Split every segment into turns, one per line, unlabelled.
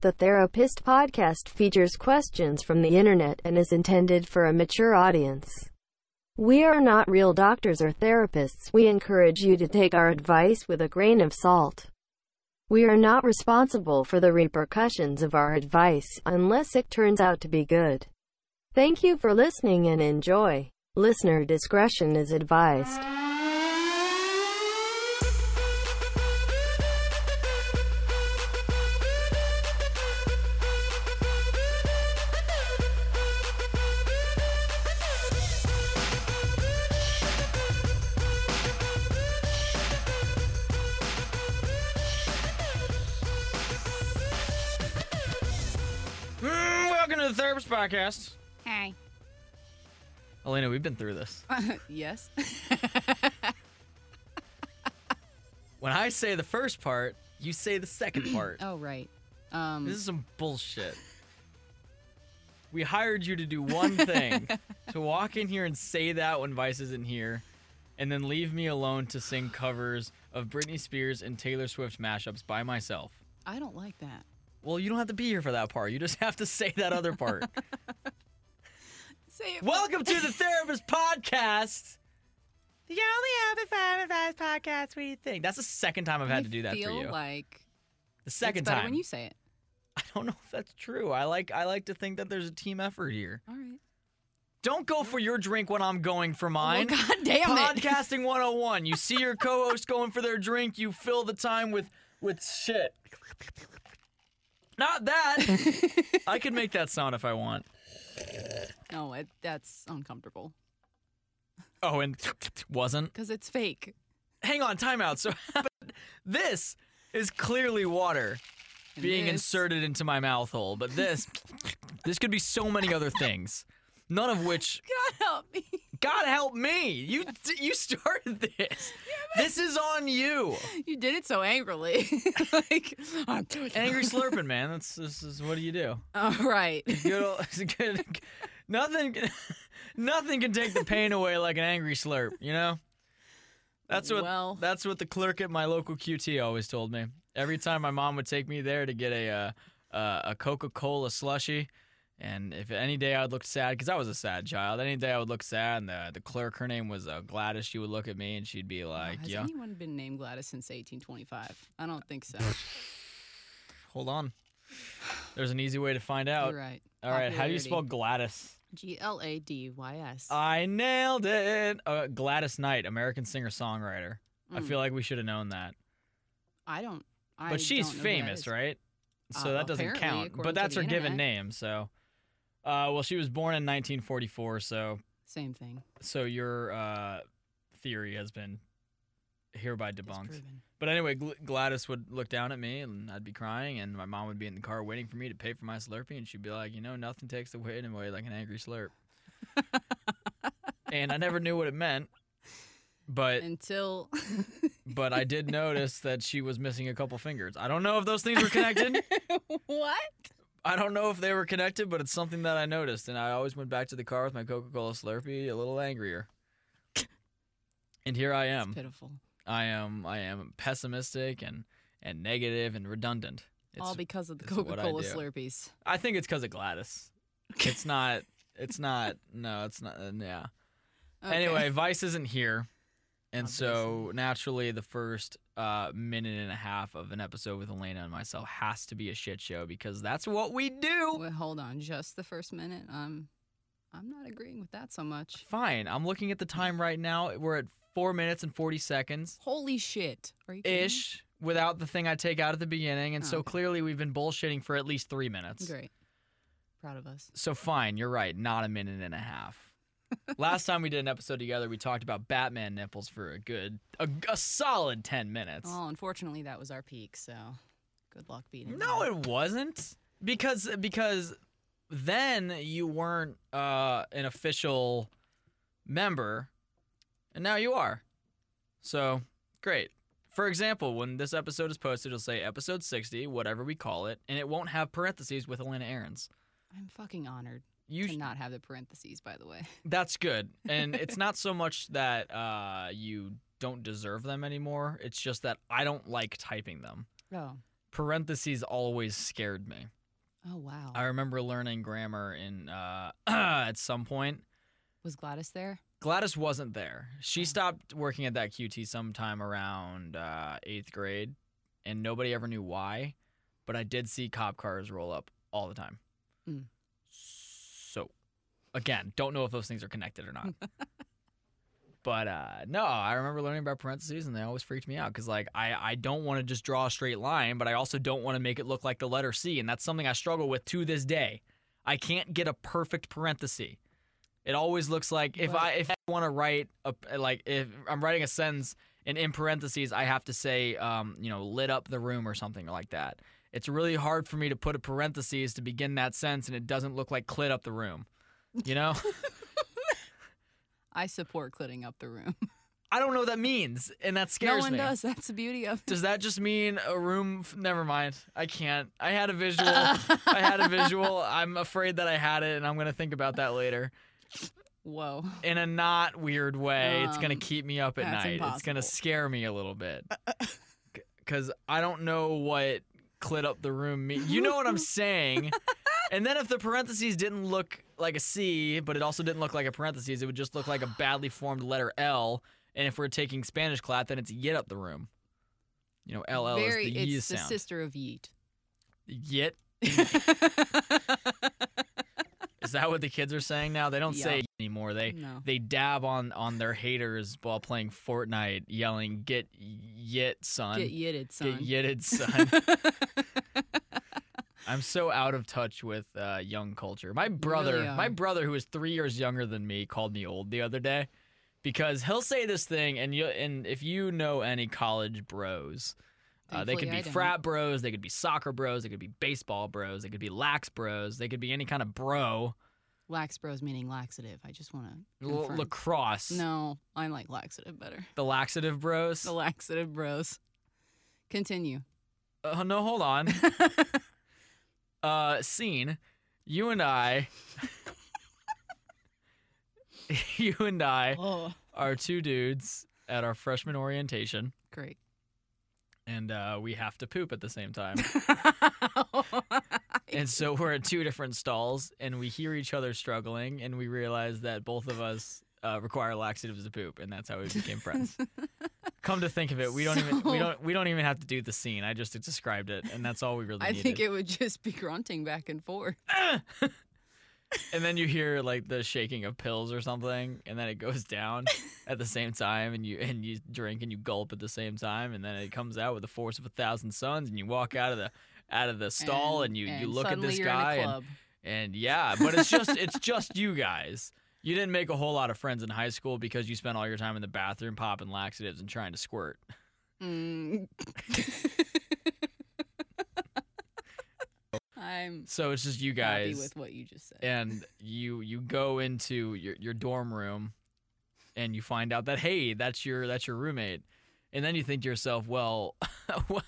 The Therapist podcast features questions from the internet and is intended for a mature audience. We are not real doctors or therapists. We encourage you to take our advice with a grain of salt. We are not responsible for the repercussions of our advice unless it turns out to be good. Thank you for listening and enjoy. Listener discretion is advised.
Mm, welcome to the Therapist Podcast.
Hi.
Elena, we've been through this.
yes.
When I say the first part, you say the second part.
oh right. Um.
This is some bullshit. We hired you to do one thing to walk in here and say that when Vice isn't here, and then leave me alone to sing covers of Britney Spears and Taylor Swift mashups by myself.
I don't like that.
Well, you don't have to be here for that part. You just have to say that other part.
Say it.
welcome to the Therapist Podcast. The only happy five advice podcast we think. That's the second time I've had to do that for
feel
you.
like
The second
it's better
time.
when you say it.
I don't know if that's true. I like I like to think that there's a team effort here.
All right.
Don't go for your drink when I'm going for mine.
Well, God damn it.
Podcasting 101. You see your co-host going for their drink, you fill the time with with shit. Not that. I could make that sound if I want.
No, it, that's uncomfortable
Oh, and wasn't.
because it's fake.
Hang on, timeout. So but this is clearly water
And
being
this-
inserted into my mouth hole, but this this could be so many other things. None of which
God help me.
God help me! You you started this. This is on you.
You did it so angrily. like I'm doing it.
Angry slurping, man. That's this is what do you do?
All right.
Good, old, good nothing, can- nothing can take the pain away like an angry slurp. You know, that's what
Well.
that's what the clerk at my local QT always told me. Every time my mom would take me there to get a uh, uh, a Coca Cola slushie, and if any day I would look sad, because I was a sad child, any day I would look sad, and the the clerk, her name was uh, Gladys, she would look at me and she'd be like,
Has
"Yeah,
anyone been named Gladys since 1825? I don't think so.
hold on." There's an easy way to find out.
You're right.
All right, how do you
Popularity.
spell Uh, Gladys?
G L A D Y S.
I nailed it. Uh, Gladys Knight, American singer songwriter. I
Mm.
feel like we should have known that.
I don't. I
But she's
don't know who that
famous,
is.
right? So
Uh,
that doesn't
apparently,
count.
according
But
to
that's her
the
given
internet.
name. So, uh, well, she was born in 1944. So,
Same thing.
so your uh, theory has been hereby debunked.
Disproven.
But anyway, Gl- Gladys would look down at me, and I'd be crying, and my mom would be in the car waiting for me to pay for my Slurpee, and she'd be like, "You know, nothing takes the pain away like an angry slurp." and I never knew what it meant, but
Until
but I did notice that she was missing a couple fingers. I don't know if those things were connected.
what?
I don't know if they were connected, but it's something that I noticed, and I always went back to the car with my Coca-Cola Slurpee a little angrier. And here I
It's
am.
pitiful.
I am I am pessimistic and and negative and redundant. It's,
All because of the
it's what I
Coca Cola
do.
Slurpees.
I think it's because of Gladys. It's not. It's not. No, it's not. uh, yeah.
Okay.
Anyway, Vice isn't here, and so
Obviously.
naturally, the first uh, minute and a half of an episode with Elena and myself has to be a shit show because that's what we do.
Wait, hold on, just the first minute. Um, I'm not agreeing with that so much.
Fine. I'm looking at the time right now. We're at four minutes and forty seconds
Holy shit! Are you kidding me?
ish without the thing I take out at the beginning, and
Oh,
so
okay.
clearly we've been bullshitting for at least three minutes.
Great. Proud of us.
So fine, you're right. Not a minute and a half. Last time we did an episode together, we talked about Batman nipples for a good, a, a solid ten minutes.
Well, unfortunately, that was our peak. So, good luck beating.
no,
that.
it wasn't because because then you weren't uh, an official member, and now you are. So great. For example, when this episode is posted, it'll say episode sixty, whatever we call it, and it won't have parentheses with Elena Ahrens.
I'm fucking honored
You
to
sh-
not have the parentheses. By the way,
That's good. And it's not so much that uh, you don't deserve them anymore. It's just that I don't like typing them.
oh,
parentheses always scared me.
Oh wow.
I remember learning grammar in uh, at some point.
Was Gladys there?
Gladys wasn't there. She
Oh.
stopped working at that QT sometime around uh, eighth grade, and nobody ever knew why. But I did see cop cars roll up all the time.
Mm.
So, again, don't know if those things are connected or not. but uh, no, I remember learning about parentheses, and they always freaked me out because, like, I, I don't want to just draw a straight line, but I also don't want to make it look like the letter C, and that's something I struggle with to this day. I can't get a perfect parenthesis. It always looks like if
Right.
I if I want to write a like if I'm writing a sentence and in parentheses I have to say um you know lit up the room or something like that. It's really hard for me to put a parentheses to begin that sentence and it doesn't look like clit up the room. You know?
I support clitting up the room.
I don't know what that means and that scares
no one
me.
does. That's the beauty of.
Does that just mean a room f- never mind. I can't. I had a visual. I had a visual. I'm afraid that I had it and I'm going to think about that later.
Whoa.
in a not weird way. it's gonna
Um,
keep me up at
that's
night. It's gonna
impossible.
scare me a little bit because I don't know what clit up the room means. You know what I'm saying? and then if the parentheses didn't look like a C, but it also didn't look like a parentheses, it would just look like a badly formed letter L. And if we're taking Spanish class, then it's yit up the room. You know, LL
Very.
is the
it's
ye
the
sound.
sister of yeet.
Yit. Is that what the kids are saying now? They don't
Yeah.
say anymore. They
no.
they dab on on their haters while playing Fortnite, yelling "Get yit, son!
Get yitted, son.
Get yitted, son!" I'm so out of touch with uh, young culture. My brother,
really
my
are.
brother who is three years younger than me, called me old the other day because he'll say this thing, and you and if you know any college bros, uh, they could
Thankfully,
be
I don't.
frat bros, they could be soccer bros, they could be baseball bros, they could be lax bros, they could be any kind of bro.
Lax bros meaning laxative. I just want to.
L- lacrosse,
No, I like laxative better.
the laxative bros.
The laxative bros. Continue.
Uh, no, hold on. uh, scene, you and I, you and I
oh,
are two dudes at our freshman orientation,
great.
and uh, we have to poop at the same time. and so we're at two different stalls, and we hear each other struggling, and we realize that both of us uh, require laxatives to poop, and that's how we became friends. Come to think of it, we don't even we
So-
don't we don't even have to do the scene. I just described it, and that's all we really
I
needed.
think it would just be grunting back and forth.
And then you hear like the shaking of pills or something, and then it goes down at the same time, and you and you drink and you gulp at the same time, and then it comes out with the force of a thousand suns, and you walk out of the out of the stall, and, you you look at
suddenly
this
you're
guy,
In a
and,
club.
and yeah, but it's just it's just you guys. You didn't make a whole lot of friends in high school because you spent all your time in the bathroom popping laxatives and trying to squirt.
Mm. I'm
So it's just you
happy
guys.
with what you just said.
and you you go into your, your dorm room and you find out that hey that's your that's your roommate and then you think to yourself well what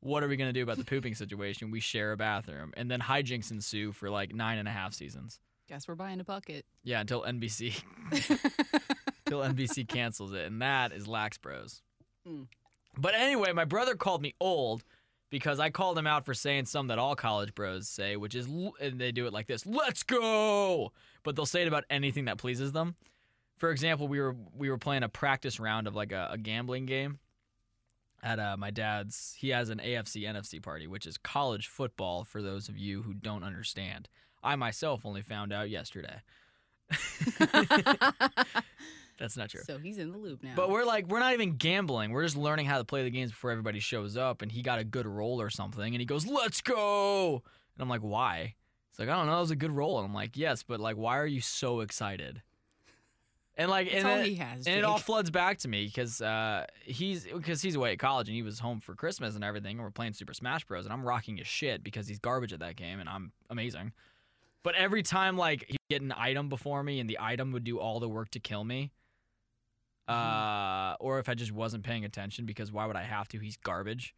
what are we going to do about the pooping situation we share a bathroom and then hijinks ensue for like nine and a half seasons
Guess we're buying a bucket.
yeah until nbc until nbc cancels it and that is lax bros
Mm.
but anyway my brother called me old because I called him out for saying something that all college bros say, which is, l- and they do it like this: "Let's go," but they'll say it about anything that pleases them. For example, we were we were playing a practice round of like a, a gambling game at uh, my dad's. He has an AFC NFC party, which is college football. For those of you who don't understand, I myself only found out yesterday. That's not true.
so he's in the loop now.
But we're like, we're not even gambling. We're just learning how to play the games before everybody shows up. And he got a good roll or something. And he goes, let's go. And I'm like, why? He's like, I don't know. It was a good roll. And I'm like, yes, but like, why are you so excited? And like,
That's
and
all
then-
he has.
and it
Jake.
all floods back to me because uh, he's because he's away at college and he was home for Christmas and everything. And we're playing Super Smash Bros. and I'm rocking his shit because he's garbage at that game and I'm amazing. But every time like he'd get an item before me and the item would do all the work to kill me,
Mm-hmm.
uh, or if I just wasn't paying attention because why would I have to? He's garbage.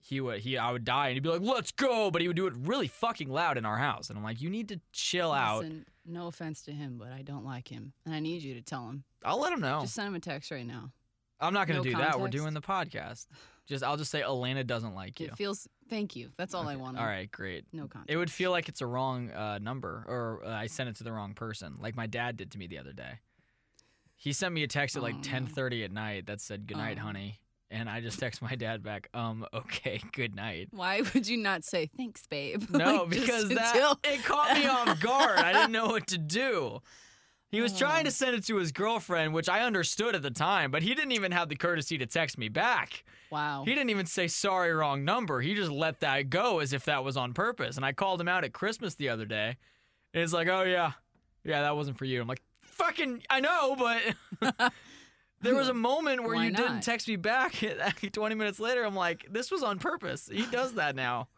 He would he I would die and he'd be like, "Let's go!" But he would do it really fucking loud in our house and I'm like, "You need to chill out."
Listen, no offense to him, but I don't like him, and I need you to tell him.
I'll let him know.
Just send him a text right now.
I'm not going
No
to do that. We're
context?
doing the podcast. Just I'll just say Elena doesn't like you.
It feels. Thank you. That's all I
Okay,
want.
All right, great.
No contact.
It would feel like it's a wrong uh, number, or uh, I sent it to the wrong person, like my dad did to me the other day. He sent me a text at
Oh,
like
no.
ten thirty at night that said "Good night,
Oh.
honey," and I just text my dad back, "Um, okay, good night."
Why would you not say thanks, babe?
No,
Like, just
because that
until-
it caught me off guard. I didn't know what to do. He was trying to
Oh.
send it to his girlfriend, which I understood at the time, but he didn't even have the courtesy to text me back.
Wow.
He didn't even say sorry, wrong number. He just let that go as if that was on purpose. And I called him out at Christmas the other day. And he's like, oh, yeah. Yeah, that wasn't for you. I'm like, fucking, I know, but there was a moment where
Why
you didn't
not?
text me back 20 minutes later. I'm like, this was on purpose. He does that now.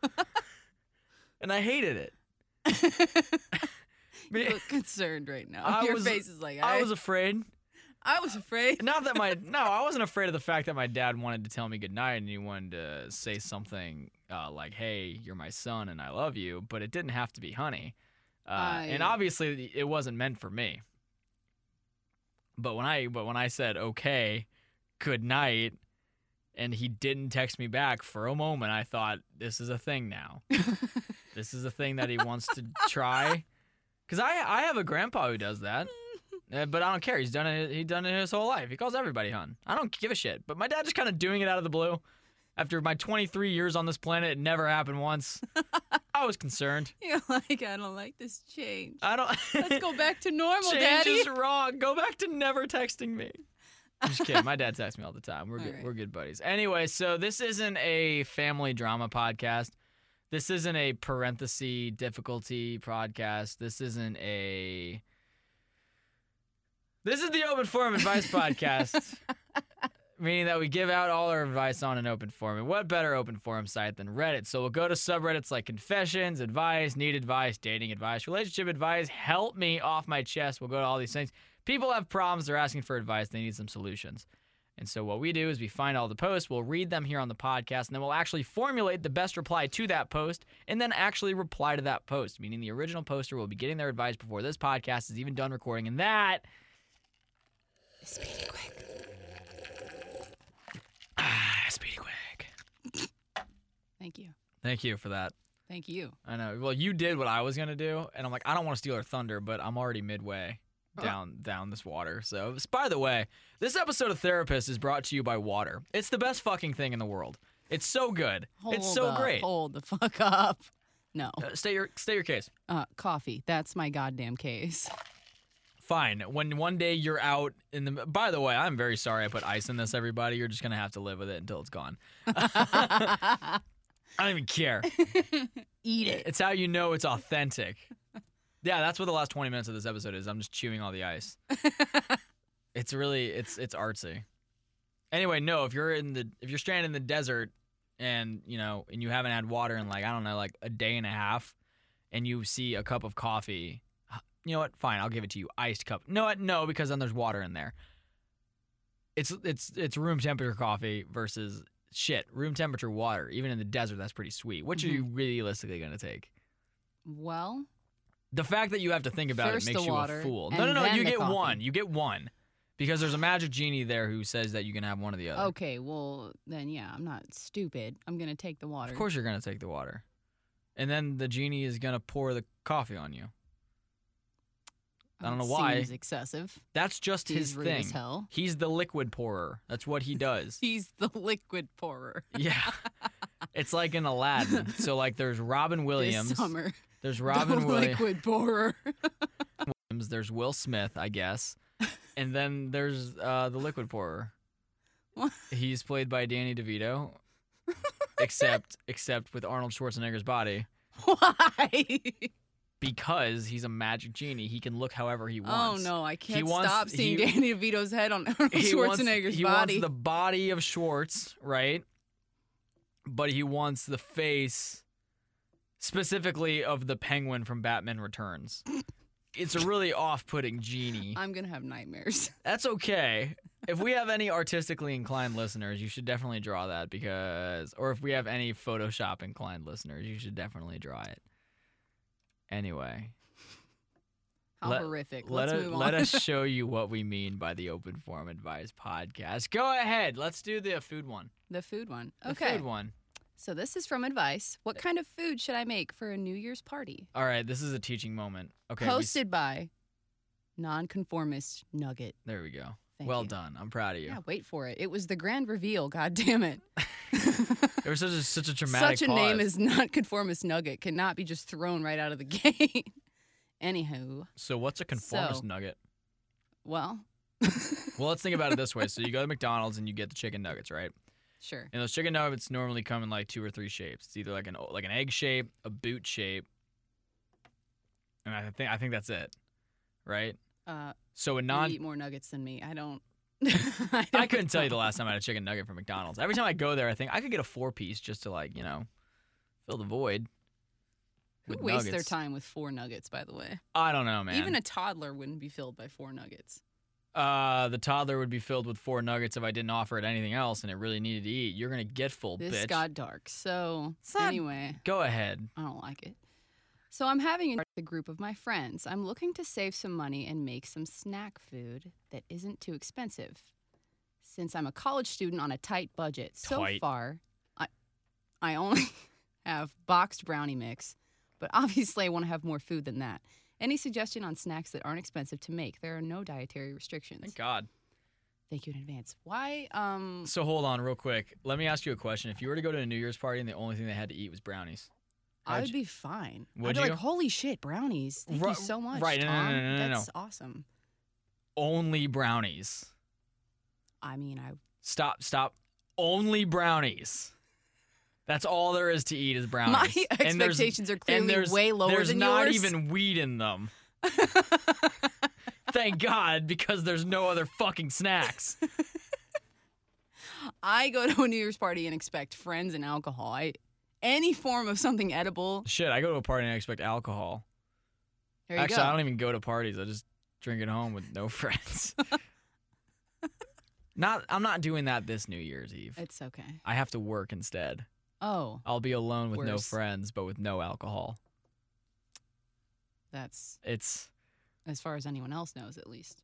and I hated it.
you
But
look concerned right now.
I
Your
was-
face is like I,
I was afraid.
I was afraid.
Not that my no, I wasn't afraid of the fact that my dad wanted to tell me goodnight and he wanted to say something uh, like, "Hey, you're my son and I love you," but it didn't have to be honey, uh, and
I-
obviously it wasn't meant for me. But when I but when I said okay, good night, and he didn't text me back for a moment, I thought this is a thing now. this is a thing that he wants to try, because I I have a grandpa who does that. Uh, but I don't care. He's done it. He done it his whole life. He calls everybody hun. I don't give a shit. But my dad just kind of doing it out of the blue. After my 23 years on this planet, it never happened once. I was concerned.
You're like I don't like this change.
I don't.
Let's go back to normal,
Change
Daddy.
is wrong. Go back to never texting me. I'm just kidding. My dad texts me all the time. We're
All
good.
right.
We're good buddies. Anyway, so this isn't a family drama podcast. This isn't a parenthesis difficulty podcast. This isn't a. This is the open forum advice podcast. Meaning that we give out all our advice on an open forum. And what better open forum site than Reddit? So we'll go to subreddits like confessions, advice, need advice, dating advice, relationship advice, help me off my chest. We'll go to all these things. People have problems, they're asking for advice, they need some solutions. And so what we do is we find all the posts, we'll read them here on the podcast, and then we'll actually formulate the best reply to that post and then actually reply to that post, meaning the original poster will be getting their advice before this podcast is even done recording. And that
Speedy quick.
ah, speedy quick.
Thank you.
Thank you for that.
Thank you.
I know. Well, you did what I was gonna do, and I'm like, I don't want to steal her thunder, but I'm already midway
Oh.
down down this water. So, s- by the way, this episode of Therapist is brought to you by water. It's the best fucking thing in the world. It's so good.
Hold
it's so
up,
great.
Hold the fuck up. No.
Uh, state your state your case.
Uh, coffee. That's my goddamn case.
Fine. When one day you're out in the. By the way, I'm very sorry I put ice in this. Everybody, you're just gonna have to live with it until it's gone. I don't even care.
Eat it.
It's how you know it's authentic. yeah, that's what the last 20 minutes of this episode is. I'm just chewing all the ice. it's really it's it's artsy. Anyway, no, if you're in the if you're stranded in the desert and, you know, and you haven't had water in like I don't know, like a day and a half and you see a cup of coffee, you know what? Fine, I'll give it to you. Iced cup. No, what? no, because then there's water in there. It's it's it's room temperature coffee versus shit, room temperature water. Even in the desert, that's pretty sweet. Which are you
Mm-hmm.
realistically gonna take?
Well,
The fact that you have to think about
First
it makes
the
you
water,
a fool. No,
and
no, no.
then
You
the
get
coffee.
one. You get one because there's a magic genie there who says that you can have one or the other.
okay. Well, then yeah, I'm not stupid. I'm gonna take the water.
Of course, you're gonna take the water, and then the genie is gonna pour the coffee on you. I don't
Uh,
know why.
Seems excessive.
That's just
He's
his
rude
thing.
as hell.
He's the liquid pourer. That's what he does.
He's the liquid pourer.
yeah. It's like in Aladdin. So like there's Robin Williams.
This summer,
There's Robin
the
Williams.
liquid pourer.
Williams, There's Will Smith, I guess. And then there's uh, the liquid pourer.
What?
He's played by Danny DeVito, except except with Arnold Schwarzenegger's body
why?
because he's a magic genie. He can look however he
Oh
wants.
no, I can't
wants-
stop seeing
he-
Danny DeVito's head on Arnold
He wants-
Schwarzenegger's
he
body.
wants the body of Schwartz, right? But he wants the face specifically of the penguin from Batman Returns. It's a really off-putting genie.
I'm gonna have nightmares.
That's okay. If we have any artistically inclined listeners, you should definitely draw that because, or if we have any Photoshop inclined listeners, you should definitely draw it. Anyway,
How
Let-
horrific.
let
Let's
us,
move on.
let us show you what we mean by the open forum advice podcast. Go ahead. Let's do the food one.
the food one.
The
Okay.
food one.
So this is from advice. What kind of food should I make for a New Year's party?
All right. This is a teaching moment. Okay. we s-
Posted by Nonconformist Nugget.
there we go.
Thank
well
you.
done. I'm proud of you.
Yeah, wait for it. It was the grand reveal. God damn it.
There was such a such a dramatic
Such a name
pause.
as Nonconformist Nugget cannot be just thrown right out of the gate. Anywho,
So what's a conformist
So-
nugget?
well,
Well, let's think about it this way. So you go to McDonald's and you get the chicken nuggets, right?
sure.
And those chicken nuggets normally come in like two or three shapes. It's either like an like an egg shape, a boot shape, and I think I think that's it, right?
Uh,
So a
you
non
eat more nuggets than me. I don't. I,
I
don't
couldn't tell you the
know.
last time I had a chicken nugget from McDonald's. Every time I go there, I think I could get a four piece just to like you know fill the void.
Who
with
wastes their
nuggets.
time with four nuggets, by the way?
I don't know, man.
Even a toddler wouldn't be filled by four nuggets.
uh, the toddler would be filled with four nuggets if I didn't offer it anything else, and it really needed to eat. You're gonna get full,
This
bitch.
got dark. So,
It's not-
anyway.
Go ahead.
I don't like it. So I'm having a with a group of my friends. I'm looking to save some money and make some snack food that isn't too expensive. Since I'm a college student on a tight budget, so
Tight.
far I I only have boxed brownie mix, but obviously I want to have more food than that. Any suggestion on snacks that aren't expensive to make? There are no dietary restrictions.
Thank God.
Thank you in advance. Why um
So hold on, real quick. Let me ask you a question. If you were to go to a New Year's party and the only thing they had to eat was brownies,
I
how'd
would
you-
be fine.
Would
I'd be
you?
like, holy shit, brownies. Thank
Ri-
you so much.
right, no, no, no,
Tom.
no, no, no.
That's awesome.
only brownies.
I mean, I
Stop, stop. Only brownies. That's all there is to eat is brownies.
my
And there's-
expectations are
and
clearly way lower
there's
than
not
yours.
even weed in them. Thank God, because there's no other fucking snacks.
I go to a New Year's party and expect friends and alcohol. I any form of something edible.
Shit, I go to a party and I expect alcohol.
There you
Actually,
go.
I don't even go to parties. I just drink at home with no friends. not, I'm not doing that this New Year's Eve.
it's okay.
I have to work instead.
Oh,
I'll be alone with no
Worse.
friends, but with no alcohol.
that's
It's
as far as anyone else knows, at least.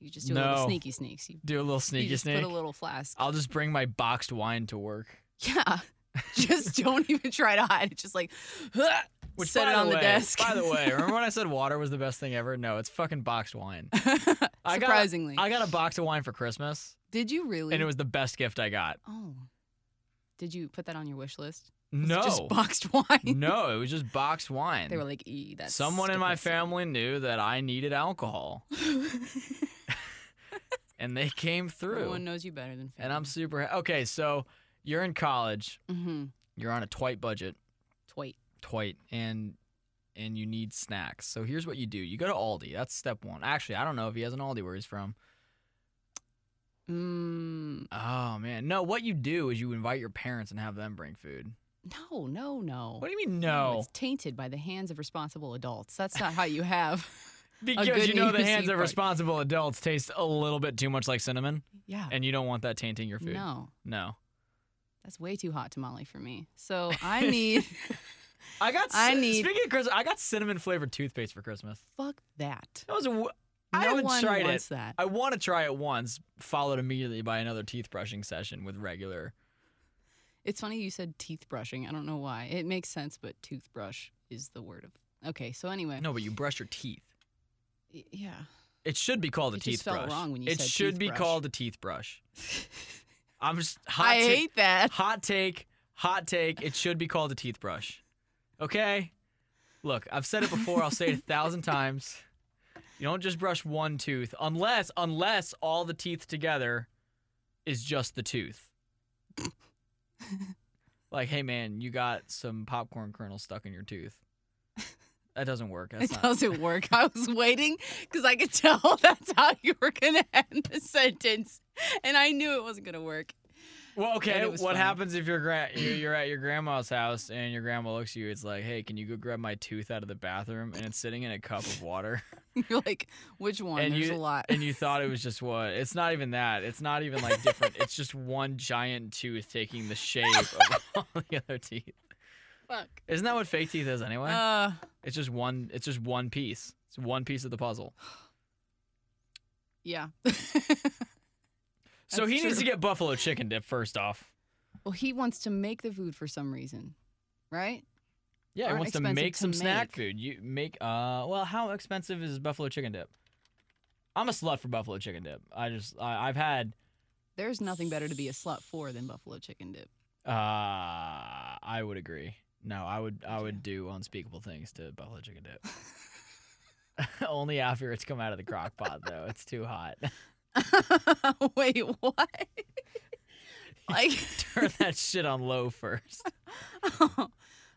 You just do a little
No.
sneaky sneaks. You,
do a little
you
sneaky
just
sneak.
put a little flask.
I'll just bring my boxed wine to work.
Yeah. just don't even try to hide. It's just like
Which,
set
by
it on
the
the,
way,
desk.
By the way, remember when I said water was the best thing ever? No, it's fucking boxed wine. I got-
Surprisingly,
I got a box of wine for Christmas,
did you really?
and it was the best gift I got.
oh, did you put that on your wish list? Was it
No,
just boxed wine.
no, it was just boxed wine.
They were like, "E, that's
Someone in my
depressing."
family knew that I needed alcohol, and they came
Oh, no
through.
one knows you better than family.
and I'm super ha- okay. So you're in college.
mm-hmm.
You're on a twite budget.
twite.
twite and and you need snacks. So here's what you do. You go to Aldi. That's step 1. Actually, I don't know if he has an Aldi where he's from.
Mm,
Oh man. No, what you do is you invite your parents and have them bring food.
no, no, no.
What do you mean
No,
no?
It's tainted by the hands of responsible adults. That's not how you have.
Because
good
you know
New
the
Year's
hands
Eve
of
party.
responsible adults taste a little bit too much like cinnamon
yeah.
and you don't want that tainting your food.
No,
No.
that's way too hot tamale for me. So I need.
I got
I
cin-
need-
Speaking of Christmas, I got cinnamon flavored toothpaste for Christmas.
fuck that.
That was a w-
No
I haven't
one
tried it.
wants that.
I want to try it once, followed immediately by another teeth brushing session with regular
It's funny you said teeth brushing. I don't know why. It makes sense, but toothbrush is the word of. Okay, so anyway.
No, but you brush your teeth.
Y- Yeah.
It should be called a
It
teeth
just felt
brush.
wrong when you
it
said
should
teeth
be
brush.
called a teeth brush. I'm just hot
I
ta-
hate that.
hot take, hot take. It should be called a teeth brush. Okay? Look, I've said it before, I'll say it a thousand times. You don't just brush one tooth unless unless all the teeth together is just the tooth. like, hey man, you got some popcorn kernel stuck in your tooth. That doesn't work. That's
it
not
doesn't work. I was waiting because I could tell that's how you were going to end the sentence. And I knew it wasn't going to work.
Well, okay.
it
What
was fun.
happens if your gra- you- you're at your grandma's house and your grandma looks at you? It's like, hey, can you go grab my tooth out of the bathroom? And it's sitting in a cup of water.
You're like, which one?
And
There's
you-
a lot.
and you thought it was just what? It's not even that. It's not even like different. It's just one giant tooth taking the shape of all the other teeth.
Fuck.
Isn't that what fake teeth is anyway?
Uh,
it's just one. It's just one piece. It's one piece of the puzzle.
yeah.
So
That's
he needs
true.
to get buffalo chicken dip first off.
well, he wants to make the food for some reason, right?
Yeah, he
Aren't
wants to
expensive
make
to
some snack
make.
food. You make uh well, how expensive is buffalo chicken dip? I'm a slut for buffalo chicken dip. I just I, I've had
There's nothing better to be a slut for than buffalo chicken dip.
uh I would agree. No, I would I would do unspeakable things to buffalo chicken dip. Only after it's come out of the crock pot though. It's too hot.
Wait, what? like,
Turn that shit on low first.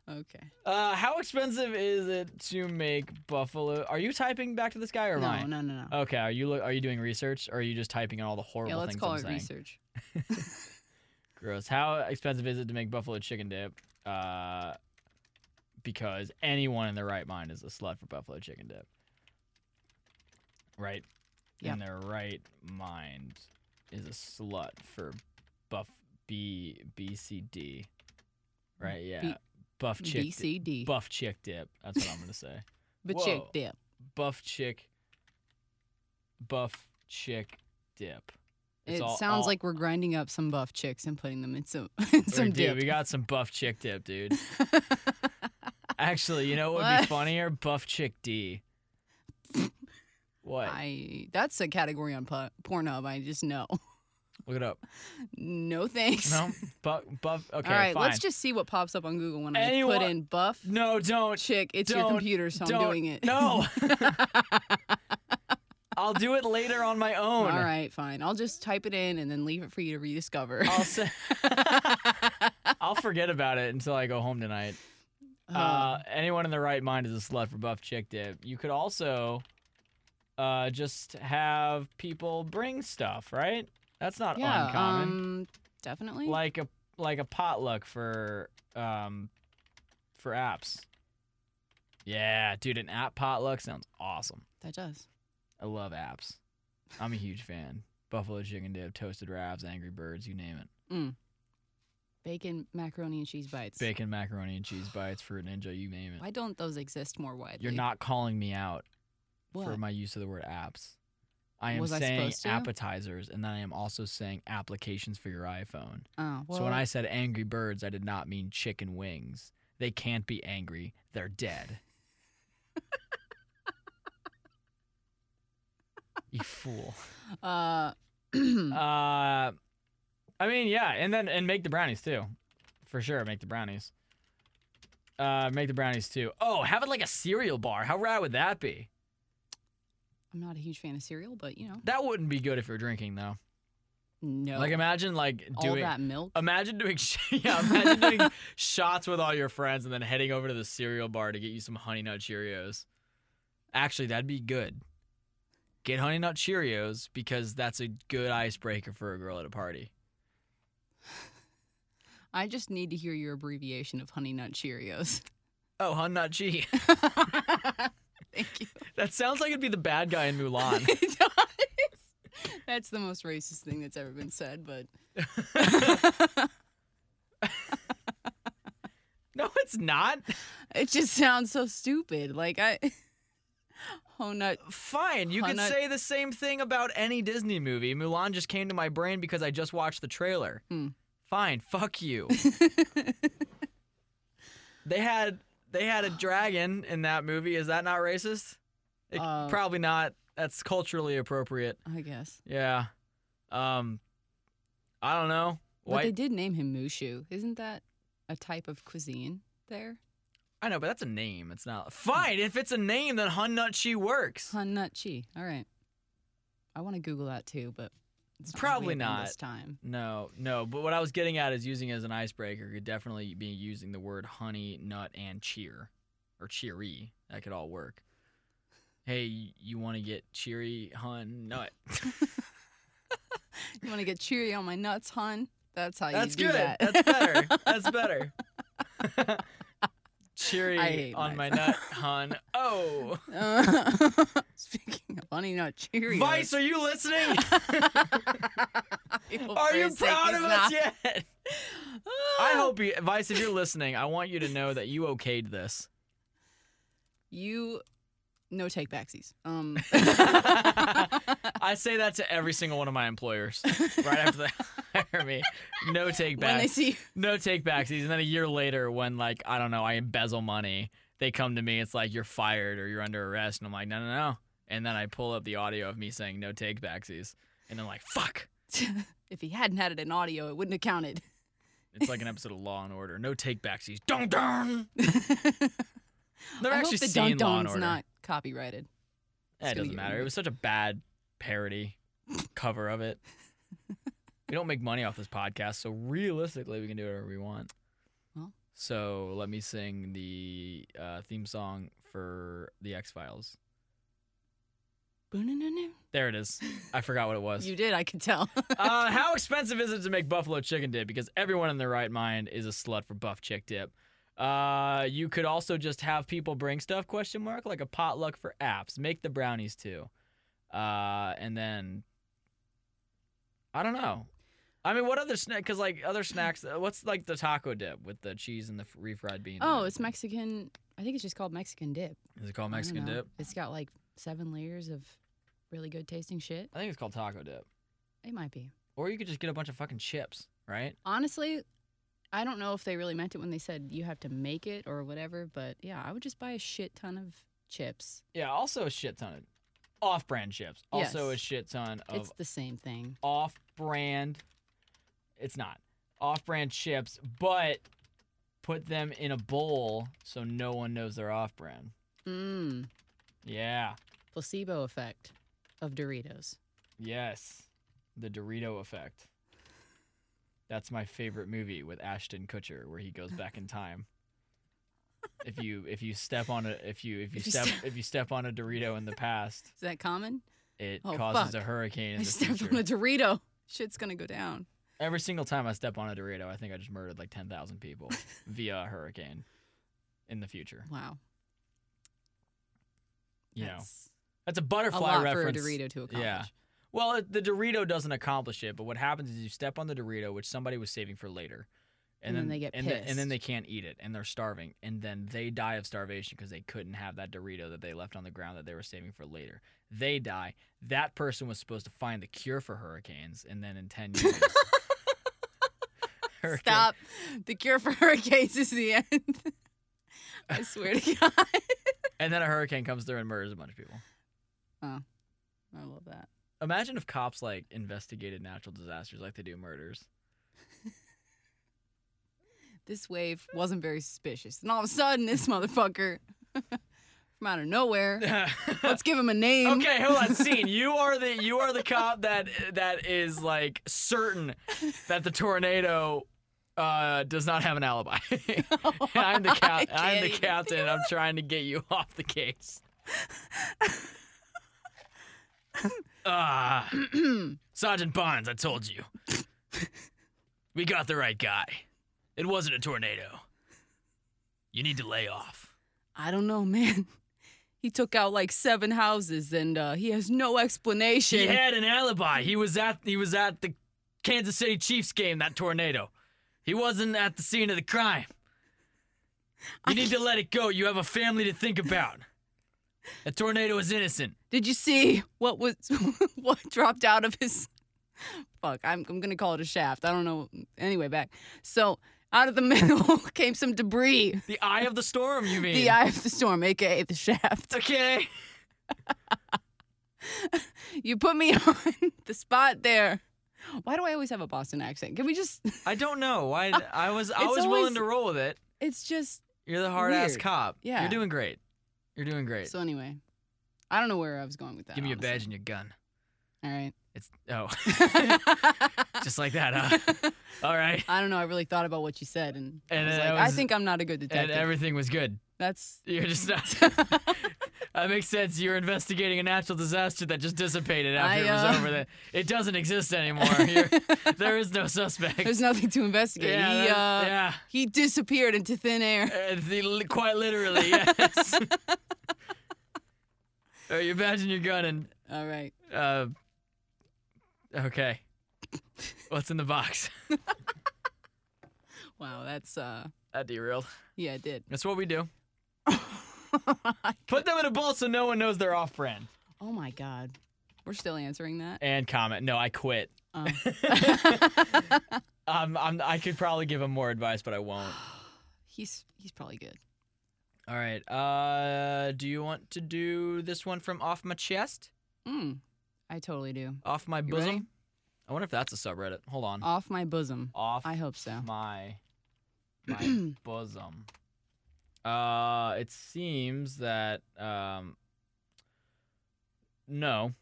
okay.
Uh how expensive is it to make buffalo Are you typing back to this guy or am I?
No, no, no, no.
Okay, are you lo- are you doing research or are you just typing in all the horrible
yeah, let's
things
call
I'm
it
saying?
research.
Gross. How expensive is it to make buffalo chicken dip? Uh, because anyone in their right mind is a slut for buffalo chicken dip. Right?
Yep.
In their right mind is a slut for buff B B C D. Right? Yeah.
B-
buff chick.
B C D.
buff chick dip. That's what I'm gonna say.
But chick
Whoa.
dip.
buff chick. Buff chick dip. It's
It
all-
sounds
all-
like we're grinding up some buff chicks and putting them in some in some
Dude,
dip.
we got some buff chick dip, dude. Actually, you know what would be
What?
funnier? Buff chick D. What?
I that's a category on pu- Pornhub. I just know.
Look it up.
No thanks.
No, buff. buff okay,
All right,
fine.
let's just see what pops up on Google when I
Anyone-
put in buff
no, don't.
chick. It's your
don't-
computer, so I'm
don't-
doing it.
No. I'll do it later on my
All
own.
right, fine. I'll just type it in and then leave it for you to rediscover.
I'll say, I'll forget about it until I go home tonight. Uh,
Um,
anyone in their right mind is a slut for buff chick dip. You could also uh, just have people bring stuff, right? That's not
yeah,
uncommon.
um, definitely.
like a like a potluck for um for apps. Yeah, dude, an app potluck sounds awesome.
that does.
I love apps. I'm a huge fan. Buffalo chicken dip, toasted wraps, Angry Birds, you name it.
Bacon, macaroni, and cheese bites.
Bacon, macaroni and cheese bites, fruit ninja, you name it.
Why don't those exist more widely?
You're not calling me out for
What?
my use of the word apps. I am
Was I
saying
supposed to?
appetizers, and then I am also saying applications for your iPhone.
Oh, well,
so when I said Angry Birds, I did not mean chicken wings. They can't be angry. They're dead. you fool.
Uh,
Uh, I mean, yeah, and then and make the brownies too, for sure. Make the brownies. Uh, make the brownies too. Oh, have it like a cereal bar. How rad would that be?
I'm not a huge fan of cereal, but you know,
That wouldn't be good if you're drinking though.
no.
Like imagine like
all
doing
that milk.
Imagine doing sh- yeah, imagine doing shots with all your friends and then heading over to the cereal bar to get you some Honey Nut Cheerios. Actually, that'd be good. Get Honey Nut Cheerios because that's a good icebreaker for a girl at a party.
I just need to hear your abbreviation of Honey Nut Cheerios.
Oh, Hun Nut Chi.
Thank you.
That sounds like it'd be the bad guy in Mulan.
It does. That's the most racist thing that's ever been said, but
no, it's not.
it just sounds so stupid. Like I, Oh, Honut.
Fine, you
Hun
could
Nut-
say the same thing about any Disney movie. Mulan just came to my brain because I just watched the trailer.
Hmm.
Fine, fuck you. Oh. They had they had a dragon in that movie. Is that not racist? It,
Uh,
probably not. That's culturally appropriate.
I guess.
Yeah. Um, I don't know.
But they
White.
did name him Mushu. Isn't that a type of cuisine there?
I know, but that's a name. It's not fine. If it's a name, then Hun Nut She works.
Hun Nut Chi. All right. I want to Google that too, but it's not
Probably
available
not.
this time.
No, no. But what I was getting at is using it as an icebreaker could definitely be using the word honey, nut, and cheer, or cheery. That could all work. Hey, you want to get cheery, hun, nut?
You want to get cheery on my nuts, hun? That's how
That's
Oh, you do
good.
that.
That's better. That's better. Cheery
I hate
on my
mine.
nut, hun. Oh,
Uh, Speaking of honey nut Cheerios,
Vice, are you listening?
people
Are you
for a sake
proud
Oh, is
of
not-
us yet? I hope you, Vice, if you're listening, I want you to know that you okayed this.
You, no take backsies. Um,
I say that to every single one of my employers right after they hire me. No take
when they
back,
see
no take backsies. And then a year later, when like I don't know, I embezzle money, they come to me. It's like you're fired or you're under arrest, and I'm like, no, no, no. And then I pull up the audio of me saying no take backsies, and I'm like, fuck.
if he hadn't had it in audio, it wouldn't have counted.
It's like an episode of Law and Order. No take backsies. Dun dun. Never
I hope
actually
the
seen
Dun
Law and
Dun's
Order.
not
Eh,
copyrighted.
it
It's gonna
doesn't
get
matter. It
ruined.
was such a bad parody cover of it. we don't make money off this podcast, so realistically, we can do whatever we want.
Well.
So let me sing the uh, theme song for the X Files.
Boo-na-na-na.
There it is. I forgot what it was.
You did, I could tell.
uh, how expensive is it to make buffalo chicken dip? Because everyone in their right mind is a slut for buff chick dip. Uh, you could also just have people bring stuff question mark like a potluck for apps. Make the brownies too, uh, and then I don't know. I mean, what other snack? Because like other snacks, uh, what's like the taco dip with the cheese and the f- refried beans? and
oh, it's
everything?
Mexican. I think it's just called Mexican dip.
Is it called
I don't
Mexican
know.
dip?
It's got like seven layers of really good tasting shit.
I think it's called taco dip.
It might be.
Or you could just get a bunch of fucking chips, right?
Honestly, I don't know if they really meant it when they said you have to make it or whatever, but yeah, I would just buy a shit ton of chips.
Yeah, also a shit ton of off-brand chips. Also a
Yes.
shit ton of
It's the same thing.
off-brand. It's not off-brand chips, but put them in a bowl so no one knows they're off-brand.
Mmm.
Yeah.
Placebo effect of Doritos.
Yes. The Dorito effect. That's my favorite movie with Ashton Kutcher where he goes back in time. If you if you step on a if you if you
If you
step
step-
if you step on a Dorito in the past,
Is that common?
it
Oh,
causes
fuck.
a hurricane in
I
the
stepped
future.
on a Dorito. Shit's gonna go down.
Every single time I step on a Dorito, I think I just murdered like 10,000 people via a hurricane in the future.
Wow.
You know,
That's
that's a
a
butterfly
lot
reference.
for a Dorito to accomplish.
Yeah. Well, it, the Dorito doesn't accomplish it, but what happens is you step on the Dorito, which somebody was saving for later.
And then they get
and, the- and then
pissed.
they can't eat it, and they're starving, and then they die of starvation because they couldn't have that Dorito that they left on the ground that they were saving for later. They die. That person was supposed to find the cure for hurricanes, and then in ten years, hurricane-
Stop. The cure for hurricanes is the end. I swear to God.
And then a hurricane comes through and murders a bunch of people.
I love that.
Imagine if cops like investigated natural disasters like they do murders.
This wave wasn't very suspicious. And all of a sudden, this motherfucker from out of nowhere. Let's give him a name.
okay, hold on. Scene. You are the you are the cop that that is like certain that the tornado uh, does not have an alibi. And I'm the
I
cap- I'm
can't
the
even
captain. and I'm trying to get you off the case. Ah, Sergeant Barnes, I told you. We got the right guy. It wasn't a tornado. You need to lay off.
I don't know, man. He took out like seven houses and uh, he has no explanation.
He had an alibi. He was at he was at the Kansas City Chiefs game that tornado. He wasn't at the scene of the crime. You need to let it go. You have a family to think about. A tornado is innocent.
Did you see what was what dropped out of his fuck, I'm I'm gonna call it a shaft. I don't know. Anyway, back. So out of the middle came some debris.
The eye of the storm, you mean?
The eye of the storm, aka the shaft.
Okay.
You put me on the spot there. Why do I always have a Boston accent? Can we just
I don't know. I I was I
It's
was
always-
willing to roll with it.
it's just
You're the hard ass
Weird.
cop.
Yeah.
You're doing great. You're doing great.
so anyway. I don't know where I was going with that.
Give me your
honestly.
badge and your gun.
All right.
It's oh, just like that, huh? All right.
I don't know. I really thought about what you said, and, I,
And
was
then
like,
I
I
was-
think I'm not a good
And
detective.
everything was good.
That's
You're just not. that makes sense. You're investigating a natural disaster that just dissipated after
I,
it was
uh,
over. That it doesn't exist anymore. You're, there is no suspect.
there's nothing to investigate.
yeah,
he,
that-
uh,
yeah.
he disappeared into thin air.
Uh, the, li- quite literally, yes. Are you imagine your gun and
All right.
uh, okay. What's in the box?
Wow, that's uh
That derailed.
yeah, it did.
That's what we do. Put them in a bowl so no one knows they're off brand.
oh my god. We're still answering that.
And comment. No, I quit.
Um,
Um, I'm, I could probably give him more advice, but I won't.
he's he's probably good.
All right. Uh, do you want to do this one from off my chest?
Mm, I totally do.
Off my
You
bosom?
ready?
I wonder if that's a subreddit. Hold on.
Off my bosom.
off
I hope so.
my my bosom. Uh, it seems that um, no.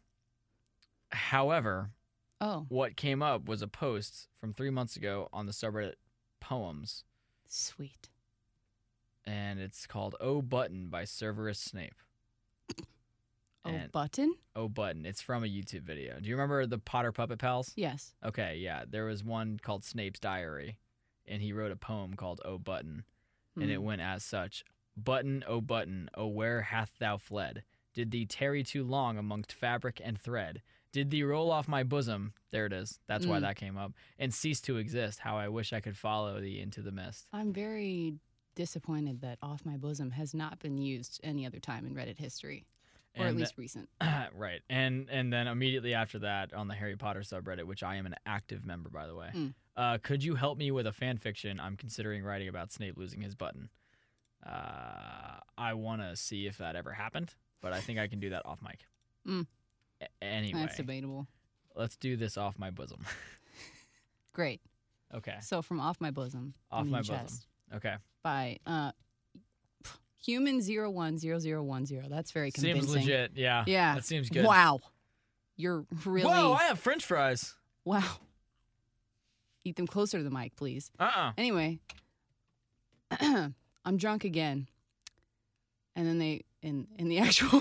However,
Oh,
what came up was a post from three months ago on the subreddit poems,
sweet.
and it's called "O Button" by Cerberus Snape.
Oh,
And-
button?
O Button. It's from a YouTube video. Do you remember the Potter Puppet Pals?
Yes.
Okay, yeah. There was one called Snape's Diary, and he wrote a poem called O Button, and it
Mm.
went as such Button, O button, O where hath thou fled? Did thee tarry too long amongst fabric and thread? Did thee roll off my bosom? There it is. That's why
Mm.
that came up. And cease to exist. How I wish I could follow thee into the mist.
I'm very disappointed that off my bosom has not been used any other time in Reddit history, or at
And uh,
least recent.
right. And and then immediately after that on the Harry Potter subreddit, which I am an active member by the way.
Mm.
Uh, could you help me with a fan fiction? I'm considering writing about Snape losing his button. Uh, I want to see if that ever happened, but I think I can do that off mic.
Mm.
A- anyway,
That's debatable.
let's do this off my bosom.
Great.
okay.
So from off my bosom. I
Off
mean
My Bosom.
chest,
Okay.
by uh, human zero one zero zero one zero. That's very convincing.
Seems legit. Yeah.
Yeah.
That seems good.
Wow. You're really
Whoa, I have french fries.
wow. Eat them closer to the mic, please.
Uh-uh.
Anyway, I'm drunk again. And then they in in the actual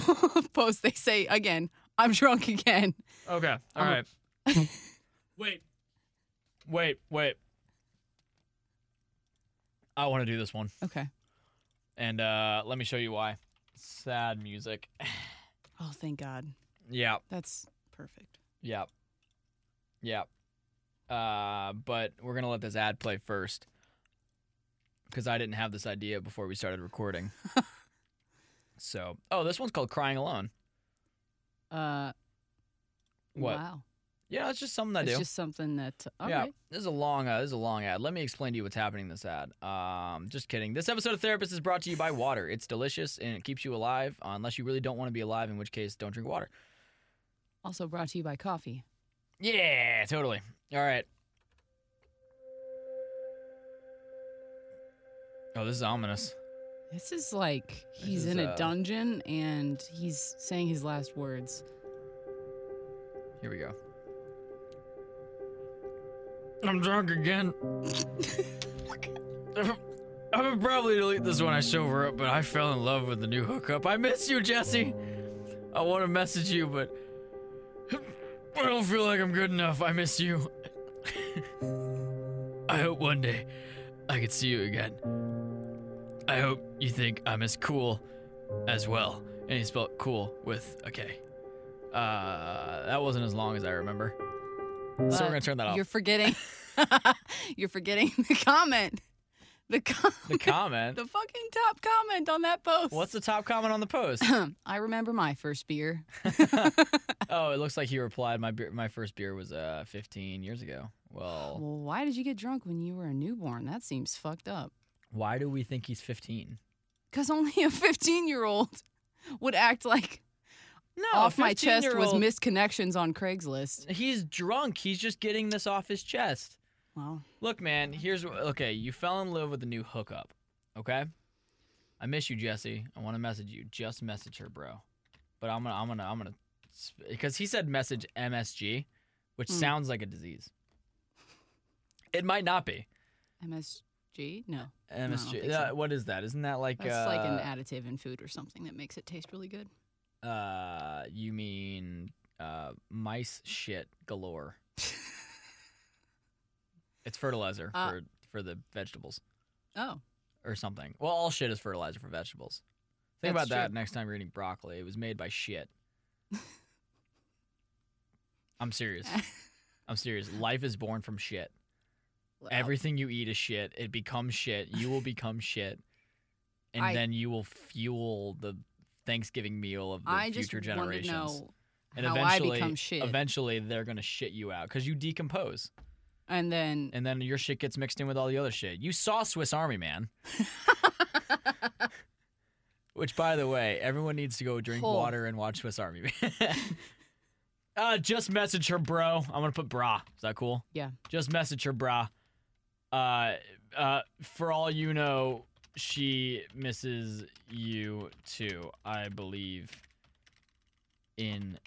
post they say again, I'm drunk again.
Okay. All
I'm a-
right. wait. Wait, wait. I want to do this one.
Okay.
And uh, let me show you why. Sad music.
Oh, thank God.
yeah,
That's perfect.
yeah, yeah. Uh, but we're going to let this ad play first because I didn't have this idea before we started recording. so, oh, this one's called Crying Alone.
Uh
What?
wow.
Yeah, it's just something I
it's
do.
just something that uh, all right.
yeah, this is a long, uh, this is a long ad. Let me explain to you what's happening in this ad. Um, just kidding. This episode of Therapist is brought to you by water. It's delicious and it keeps you alive, uh, unless you really don't want to be alive, in which case, don't drink water.
Also brought to you by coffee.
Yeah, totally. All right. Oh, this is ominous.
This is like
is,
he's in a
uh,
dungeon and he's saying his last words.
Here we go. I'm drunk again. I would probably delete this when I sober up, but I fell in love with the new hookup. I miss you, Jesse. I want to message you, but I don't feel like I'm good enough. I miss you. I hope one day I could see you again. I hope you think I'm as cool as well. And he spelled cool with a K. Uh, that wasn't as long as I remember. so we're
But
gonna turn that off.
You're forgetting. you're forgetting the comment. The com-
The comment.
the fucking top comment on that post.
What's the top comment on the post?
I remember my first beer.
oh, it looks like he replied. My beer, my first beer was uh 15 years ago. Well,
Well, why did you get drunk when you were a newborn? That seems fucked up.
why do we think he's 15?
Cause only a 15 year old would act like
No,
off my chest was
missed.
missed connections on Craigslist.
He's drunk. He's just getting this off his chest.
Well,
Look, man. Here's wh- okay. You fell in love with a new hookup. Okay. I miss you, Jesse. I want to message you. Just message her, bro. But I'm gonna, I'm gonna, I'm gonna, because he said message MSG, which
Mm.
sounds like a disease. It might not be.
MSG? No, don't
MSG.
think so.
Uh, what is that? Isn't that like
that's
uh,
like an additive in food or something that makes it taste really good.
uh you mean uh mice shit galore. it's fertilizer
Uh,
for for the vegetables
Oh,
or something. Well, all shit is fertilizer for vegetables. Think
That's
about that
true.
next time you're eating broccoli. It was made by shit. I'm serious. I'm serious. Life is born from shit. Everything you eat is shit. It becomes shit. You will become shit, and
I-
then you will fuel the Thanksgiving meal of the
I just
future
want to
generations.
know
and
how I
eventually,
become shit,
eventually they're gonna shit you out because you decompose,
and then
and then your shit gets mixed in with all the other shit. You saw Swiss Army Man, which, by the way, everyone needs to go drink
Whole.
water and watch Swiss Army Man. uh, just message her, bro. I'm gonna put bra. Is that cool?
Yeah.
Just message her, bra. Uh, uh, for all you know, she misses you too. I believe in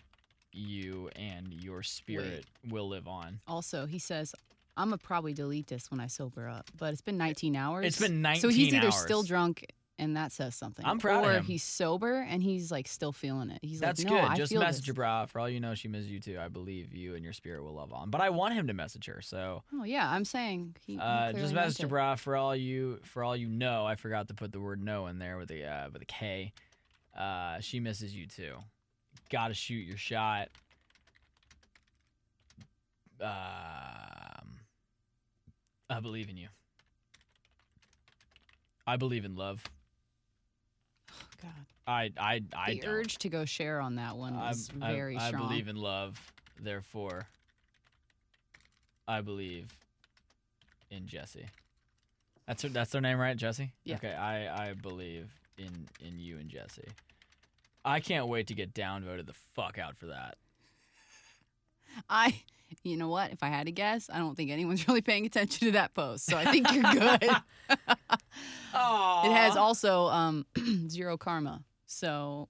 you and your spirit will live on.
also he says, "I'm gonna probably delete this when I sober up." But it's been 19 hours.
It's been 19
So he's either
hours.
still drunk, and that says something.
I'm proud of
or
him.
he's sober and he's like still feeling it. He's
That's
like, "No,
good.
I
Just
feel
message
this."
her, bra. For all you know, she misses you too. I believe you and your spirit will love on. But I want him to message her. So
Oh yeah, I'm saying he. he
uh,
clearly
just
meant
message her,
it.
bra. For all you, for all you know, I forgot to put the word no in there with the uh, with a K. Uh, she misses you too. Got to shoot your shot. Um, I believe in you. I believe in love.
Oh, God.
I I I
the
don't.
urge to go share on that one
I-
was
I-
very
I
strong.
believe in love, therefore, I believe in Jesse. That's her, that's their name, right, Jesse?
Yeah.
Okay, I, I believe in in you and Jesse. I can't wait to get downvoted the fuck out for that.
I, you know what? If I had to guess, I don't think anyone's really paying attention to that post. So I think you're good.
Oh,
it has also um, zero karma. So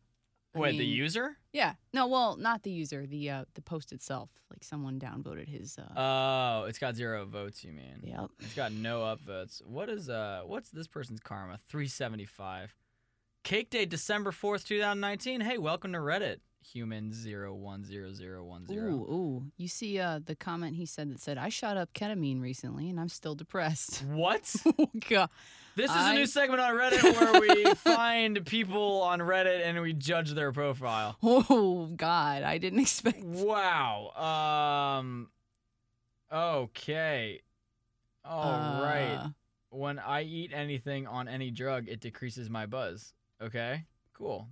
I
Wait, the
mean,
user?
Yeah. No, well, not the user. The uh, the post itself. Like someone downvoted his. Uh,
Oh, it's got zero votes. You mean?
yep.
It's got no upvotes. What is uh what's this person's karma? 375. Cake Day December 4th, 2019. Hey, welcome to Reddit. Human 010010.
Ooh, ooh. You see uh, the comment he said that said, "I shot up ketamine recently, and I'm still depressed."
What?
oh God.
This is a
I-
new segment on Reddit where we find people on Reddit and we judge their profile.
Oh God. I didn't expect.
Wow. Um Okay. All right.
Uh,
when I eat anything on any drug, it decreases my buzz. Okay, cool.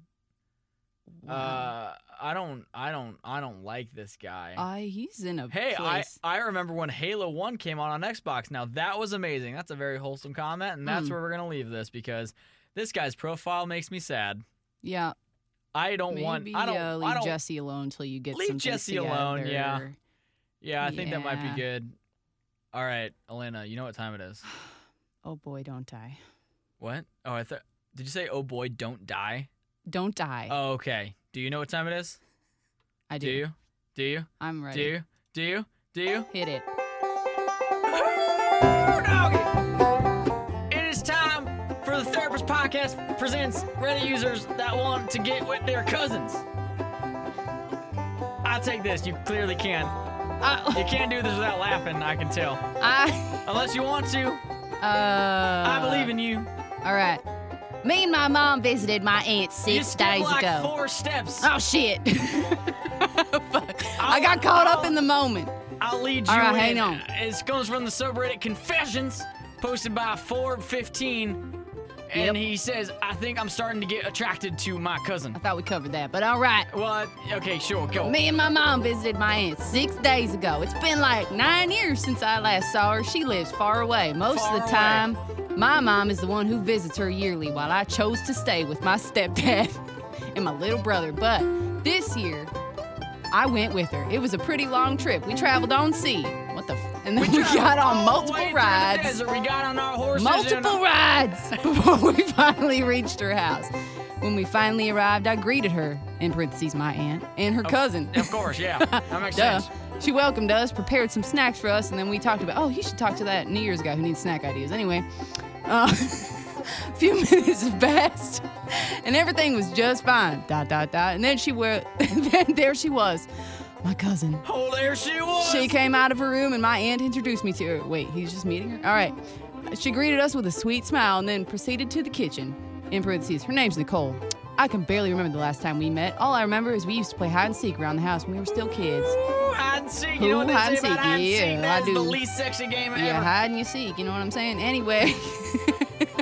wow.
Uh, I don't, I don't, I don't like this guy.
I he's in a
hey, I,
place.
I remember when Halo One came out on Xbox. Now that was amazing. That's a very wholesome comment, and that's
Hmm.
where we're gonna leave this because this guy's profile makes me sad.
yeah,
I don't
maybe
want. I don't.
uh, leave
I don't.
Jesse alone till you get
Leave
some things
Jesse alone, yeah.
together.
yeah, I think that might
Yeah.
be good. All right, Elena, you know what time it is.
Oh boy, don't die.
What? Oh, I thought. Did you say, "Oh boy, don't die"?
Don't die.
Oh, okay. Do you know what time it is?
I
Do
do.
you? Do you?
I'm ready.
Do you? Do you? Do you?
Hit it.
It is time for the Therapist Podcast presents Reddit users that want to get with their cousins. I take this. You clearly can.
I,
You can't do this without laughing. I can tell.
Uh, I,
Unless you want to.
uh,
I believe in you.
All right. Me and my mom visited my aunt
you
six
skipped
days
like
ago.
four steps.
Oh shit! Fuck. I
Oh,
got caught up in the moment.
I'll lead you
All right,
in.
hang on.
This comes from the subreddit Confessions, posted by Forb15. And
Yep.
he says, I think I'm starting to get attracted to my cousin.
I thought we covered that, but all right.
Well, okay, sure, go.
Me and my mom visited my aunt six days ago. It's been like nine years since I last saw her. She lives far away. Most
Far
of
away.
the time, my mom is the one who visits her yearly while I chose to stay with my stepdad and my little brother. But this year, I went with her. It was a pretty long trip. We traveled on sea. What the f? And then we, got on
All the
multiple
way through the
rides.
desert, We got on our horses.
Multiple
and-
rides before we finally reached her house. When we finally arrived, I greeted her, in parentheses, my aunt, and
Oh,
her cousin.
Of course, yeah. That makes
Duh.
sense.
She welcomed us, prepared some snacks for us, and then we talked about, oh, you should talk to that New Year's guy who needs snack ideas. Anyway, uh, a few minutes passed, and everything was just fine. Dot, dot, dot. And then she were, then there she was, my cousin.
Oh, there she was.
She came out of her room, and my aunt introduced me to her. Wait, he's just meeting her? All right. She greeted us with a sweet smile and then proceeded to the kitchen. In parentheses, her name's Nicole. I can barely remember the last time we met. All I remember is we used to play hide and seek around the house when we were still kids.
Ooh, hide and seek. You know what
Who
they
hide
say about
and seek?
hide and seek?
Yeah,
That
I
is the
do.
least sexy game ever.
Yeah, hide and you seek. You know what I'm saying? Anyway,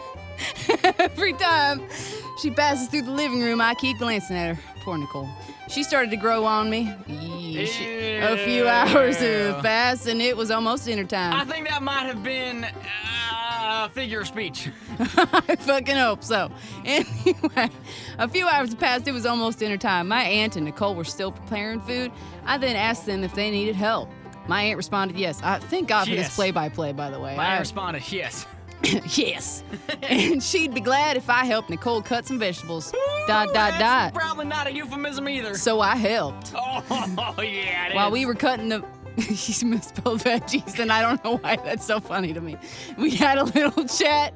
every time she passes through the living room, I keep glancing at her. Poor Nicole. She started to grow on me. Yeesh. A few hours
Ew.
have passed, and it was almost dinner
I
time.
think that might have been uh, a figure of speech.
I fucking hope so. Anyway, a few hours passed. It was almost dinner time. My aunt and Nicole were still preparing food. I then asked them if they needed help. My aunt responded, "Yes." I thank God for
Yes.
this play-by-play, by the way.
My
I-
aunt responded, yes.
yes. and she'd be glad if I helped Nicole cut some vegetables. dot, dot,
That's
dot.
Probably not a euphemism either.
So I helped.
oh, yeah. it
While
is.
we were cutting the. She misspelled veggies, and I don't know why that's so funny to me. We had a little chat.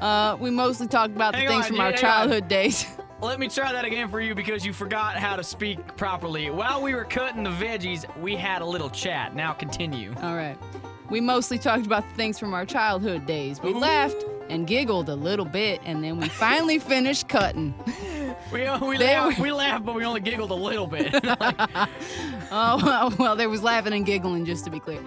Uh, we mostly talked about
Hang
the things
on,
from
yeah,
our
hang on.
childhood days.
Let me try that again for you because you forgot how to speak properly. While we were cutting the veggies, we had a little chat. Now continue.
All right. We mostly talked about the things from our childhood days. We laughed and giggled a little bit, and then we finally finished cutting.
We, we,
They
laughed,
were-
we laughed, but we only giggled a little bit.
Oh, well, there was laughing and giggling, just to be clear.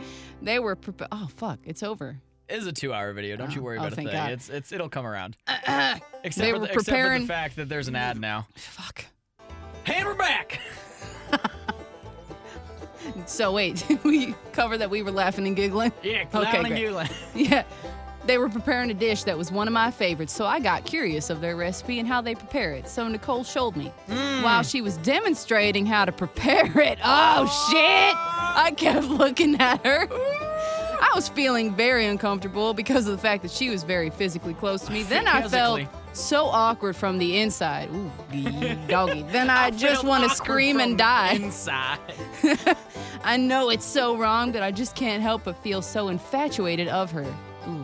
They were. Pre- oh, fuck, it's over.
It's a two-hour video. Don't you
Oh,
worry
oh,
about a thing.
thank God.
It's it's it'll come around. except,
They
for
were
the, except for the
preparing-
fact that there's an ad now.
Fuck.
And we're back.
So wait, did we cover that we were laughing and giggling?
Yeah,
Okay,
clown and
great.
giggling.
Yeah. They were preparing a dish that was one of my favorites, so I got curious of their recipe and how they prepare it. So Nicole showed me
Mm.
while she was demonstrating how to prepare it. Oh, shit! I kept looking at her. I was feeling very uncomfortable because of the fact that she was very physically close to me. Then I felt
Physically.
so awkward from the inside. Ooh, gee, doggy. Then I, just
feel
want to
awkward
scream
from
and die.
Inside.
I know it's so wrong, but I just can't help but feel so infatuated of her. Ooh.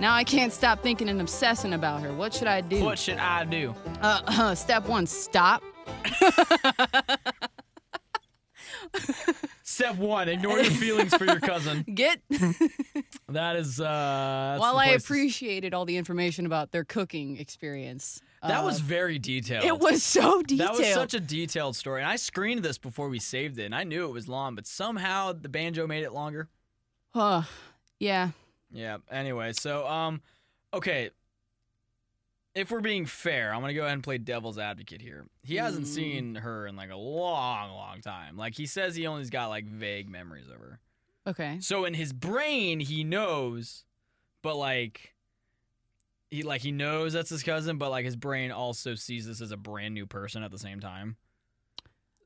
Now I can't stop thinking and obsessing about her. What should I do?
What should I do?
Uh, step one, stop.
Step one: ignore your feelings for your cousin.
Get.
That is. uh that's
While
the
I
place to-
appreciated all the information about their cooking experience,
that
uh,
was very detailed.
It was so
That
detailed.
was such a detailed story, and I screened this before we saved it, and I knew it was long, but somehow the banjo made it longer.
Huh. yeah.
Yeah. Anyway, so um, okay. If we're being fair, I'm gonna go ahead and play devil's advocate here. He hasn't
Mm.
seen her in like a long, long time. Like he says, he only's got like vague memories of her.
Okay.
So in his brain, he knows, but like, he like he knows that's his cousin, but like his brain also sees this as a brand new person at the same time.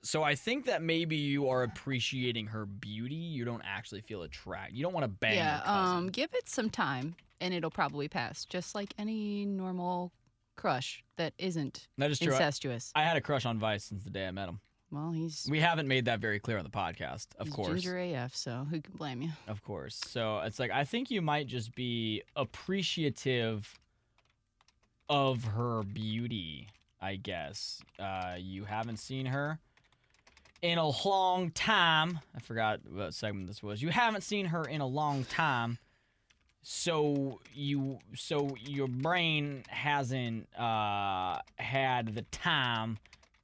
So I think that maybe you are appreciating her beauty. You don't actually feel attract. You don't want to bang.
yeah.
your cousin.
Um. Give it some time, and it'll probably pass, just like any normal crush that isn't
that is true. I-
incestuous.
I had a crush on Vice since the day I met him.
Well, he's
We haven't made that very clear on the podcast, of
He's
course.
Ginger AF, so who can blame you?
Of course. So it's like I think you might just be appreciative of her beauty, I guess. Uh, you haven't seen her in a long time. I forgot what segment this was. You haven't seen her in a long time. So you so your brain hasn't uh, had the time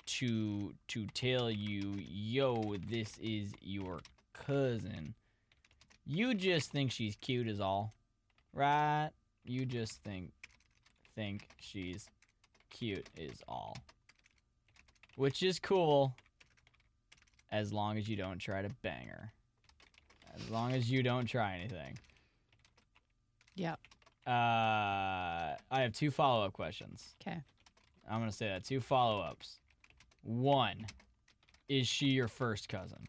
to to tell you, yo, this is your cousin. You just think she's cute is all. Right? You just think think she's cute is all. Which is cool as long as you don't try to bang her. As long as you don't try anything.
Yep.
Uh I have two follow-up questions.
Okay.
I'm going to say that two follow-ups. One, is she your first cousin?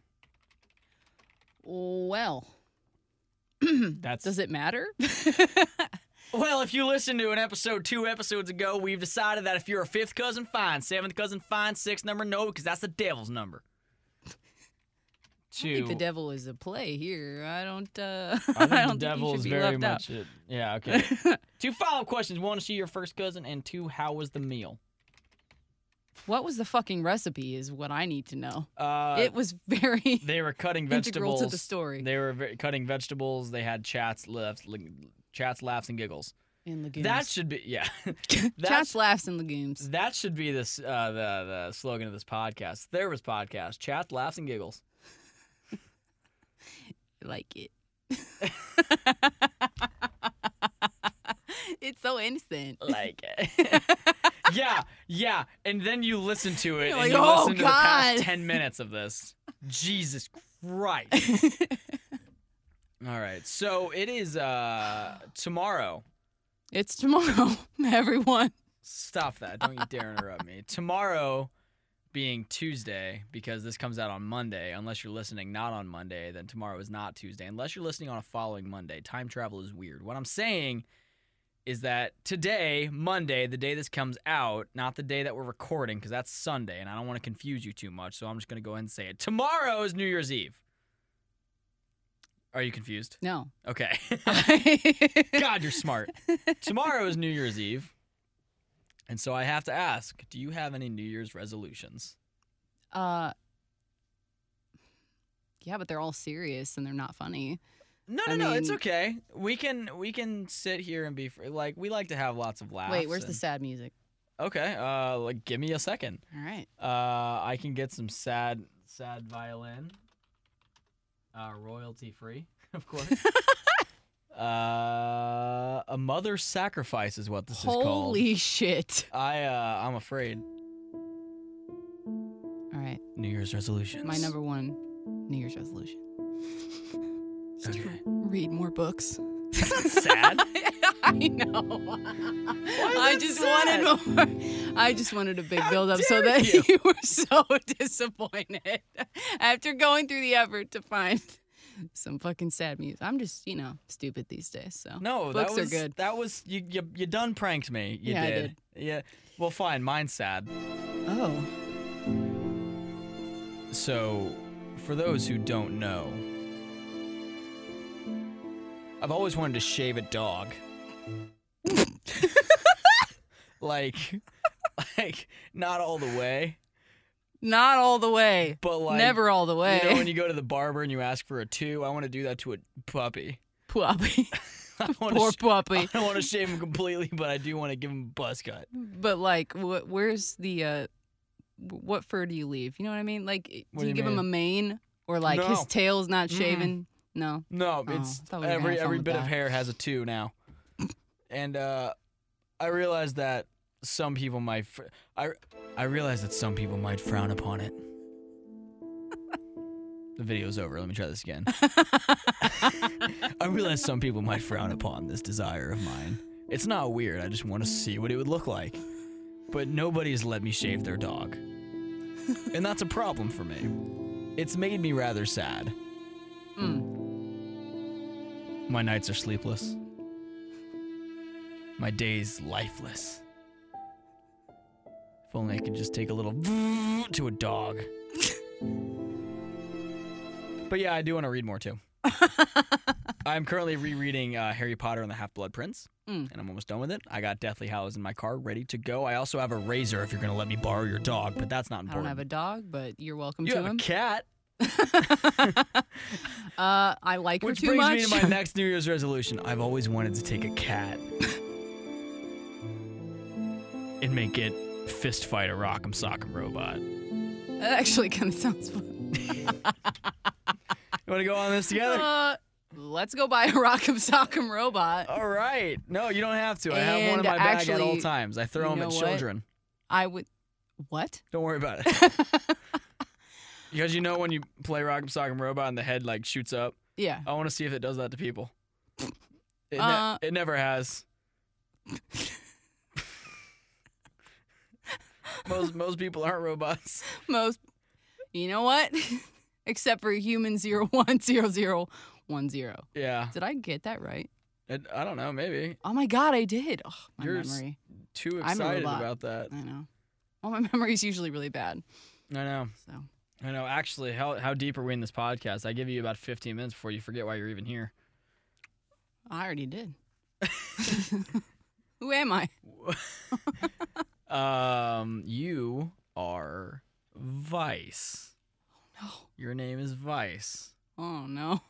Well,
That's
does it matter?
Well, if you listened to an episode two episodes ago, we've decided that if you're a fifth cousin, fine. Seventh cousin, fine. Sixth number, no, because that's the devil's number.
I
Two.
think the devil is a play here. I don't. Uh,
I think
don't
the devil
think
is
you should be
very much
left
it. Yeah, okay. two follow up questions. One, is she your first cousin? And two, how was the meal?
out. What was the fucking recipe? Is what I need to know.
Uh,
it was very.
they were cutting
integral
vegetables.
to the story.
They were ve- cutting vegetables. They had chats, laughs, li- chats, laughs, and giggles.
in legumes.
That should be, yeah.
chats, laughs, and legumes.
That should be this uh, the the slogan of this podcast. There was podcast chat, laughs, and giggles.
like it. it's so innocent.
like yeah, yeah. And then you listen to it and
You're like,
you
"Oh,
listen to the past
God."
10 minutes of this. Jesus Christ. All right. So it is uh tomorrow.
it's tomorrow, everyone.
Stop that. Don't you dare interrupt me. Tomorrow being Tuesday, because this comes out on Monday, unless you're listening not on Monday, then tomorrow is not Tuesday. Unless you're listening on a following Monday, time travel is weird. What I'm saying is that today, Monday, the day this comes out, not the day that we're recording, because that's Sunday, and I don't want to confuse you too much, so I'm just going to go ahead and say it. Tomorrow is New Year's Eve. Are you confused?
No.
Okay. God, you're smart. Tomorrow is New Year's Eve. And so I have to ask, do you have any New Year's resolutions?
Uh, yeah, but they're all serious and they're not funny.
No, no,
I
no, it's
mean-
okay. We can we can sit here and be fr- like we like to have lots of laughs.
Wait, where's the
and-
sad music?
Okay, uh like give me a second.
All right.
Uh I can get some sad sad violin. Uh royalty free, of course. uh a mother's sacrifice is what this is called.
Holy shit.
I uh I'm afraid
All right.
New Year's resolutions.
My number one New Year's resolution. is to
Okay.
Read more books.
sad.
I know. I
that
just
sad?
wanted more. I just wanted a big
How
build up so
dare
that
you?
you. were so disappointed after going through the effort to find some fucking sad music. I'm just, you know, stupid these days. So
No,
Books
that
are
was
good.
that was you, you. You done pranked me. You
Yeah, I
did. Yeah. Well, fine. Mine's sad.
oh,
So, for those who don't know, I've always wanted to shave a dog. like, like not all the way,
not all the way.
but like
Never all the way.
You know when you go to the barber and you ask for a two, I want to do that to a puppy.
puppy.
I want
Poor
to. I
puppy.
don't want to shave him completely, but I do want to give him a buzz cut.
But like, wh- where's the uh, wh- what fur do you leave? You know what I mean? Like, do
What
you,
do you
give him a mane or like
No.
his tail's not
Mm-mm.
shaven? No.
No,
Oh,
it's
I thought we were gonna
every
have fun
every
with
bit of
that.
hair has a two now, and uh, I realize that some people might. Fr- I I realize that some people might frown upon it. the video's over. Let me try this again. I realize some people might frown upon this desire of mine. It's not weird. I just want to see what it would look like. But nobody's let me shave their dog, and that's a problem for me. It's made me rather sad.
Mm.
My nights are sleepless. My days lifeless. If only I could just take a little to a dog. but yeah, I do want to read more too. I'm currently rereading uh, Harry Potter and the Half Blood Prince,
Mm.
and I'm almost done with it. I got Deathly Hallows in my car, ready to go. I also have a razor if you're going to let me borrow your dog, but that's not
I don't
important.
have a dog, but you're welcome
you
to
have
him.
a cat,
uh, I like
which
her too
brings
much.
me to my next New Year's resolution. I've always wanted to take a cat. and make it fist fight a rock'em sock'em robot. You
that actually kind of sounds fun.
want to go on this together?
Uh, let's go buy a Rock'em Sock'em robot.
All right. No, you don't have to. I have one in
And
my bag at all
actually,
times. I throw
you
them at
know what?
children.
I would. What?
Don't worry about it. Because you know when you play rock'em sock'em robot and the head like shoots up.
yeah.
I want to see if it does that to people. It, ne-
Uh.
it never has. most most people aren't robots.
Most. You know what? Except for human zero one zero zero one zero.
Yeah.
Did I get that right?
It, I don't know. Maybe
Oh my god, I did. Oh, my
Yours-
memory.
too
I'm a
excited
robot.
about that.
I know. Well, my memory's usually really bad.
I know.
So
I know. Actually, how how deep are we in this podcast? I give you about 15 minutes before you forget why you're even here.
I already did. Who am I?
Um, you are Vice.
No.
Your name is Vice,
Oh no.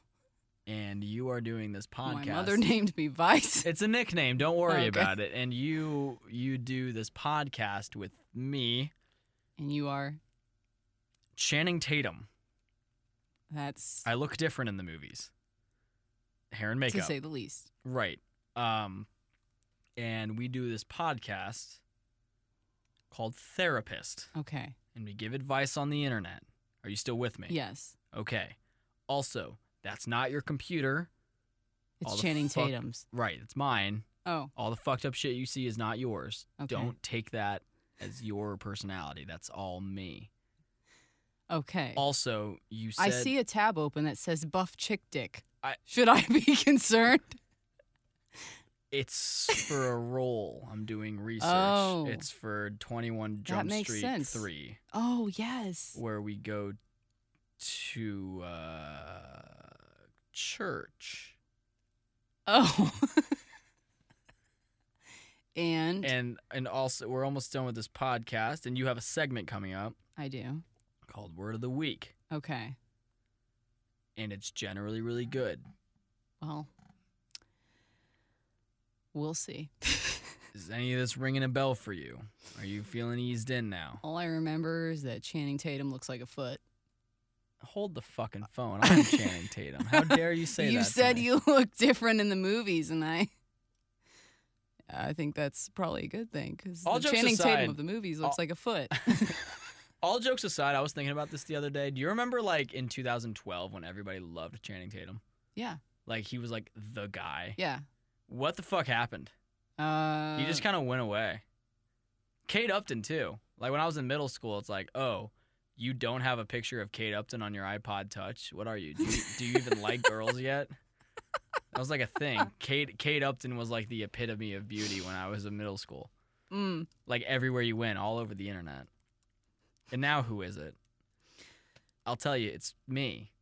and you are doing this podcast.
Oh, My mother named me Vice.
It's a nickname. Don't worry
Okay.
about it. And you you do this podcast with me,
And you are
Channing Tatum.
that's
I look different in the movies. hair and
to
makeup.
say the least.
Right. Um, and we do this podcast called Therapist,
Okay.
and we give advice on the internet. Are you still with me?
Yes.
Okay. Also, that's not your computer.
It's
All the
Channing
fuck-
Tatum's.
Right. It's mine.
Oh,
All the fucked up shit you see is not yours.
Okay.
Don't take that as your personality. That's all me.
okay.
Also, you said
I see a tab open that says buff chick dick.
I-
Should I be concerned?
it's for a role. I'm doing research.
Oh.
It's for 21 Jump
makes
Street
sense.
3.
Oh, yes.
where we go to uh, church.
Oh. and,
And and also we're almost done with this podcast and you have a segment coming up
I do.
called Word of the Week
Okay.
and it's generally really good.
Well, we'll see.
Is any of this ringing a bell for you? Are you feeling eased in now?
All I remember is that Channing Tatum looks like a foot.
Hold the fucking phone. I'm Channing Tatum. How dare you say that?
you
to
said
me?
you look different in the movies, and I. I think that's probably a good thing because
All
the
jokes
Channing
aside-
Tatum of the movies looks
all-
like a foot.
All jokes aside, I was thinking about this the other day. Do you remember like in 2012 when everybody loved Channing Tatum?
yeah,
Like he was like the guy.
yeah.
What the fuck happened?
Uh,
He just kind of went away. Kate Upton too. Like when I was in middle school, it's like, oh, you don't have a picture of Kate Upton on your iPod Touch. What are you? Do you, do you even like girls yet? That was like a thing. Kate Kate Upton was like the epitome of beauty when I was in middle school.
Mm.
Like everywhere you went, all over the internet. And now who is it? I'll tell you, it's me.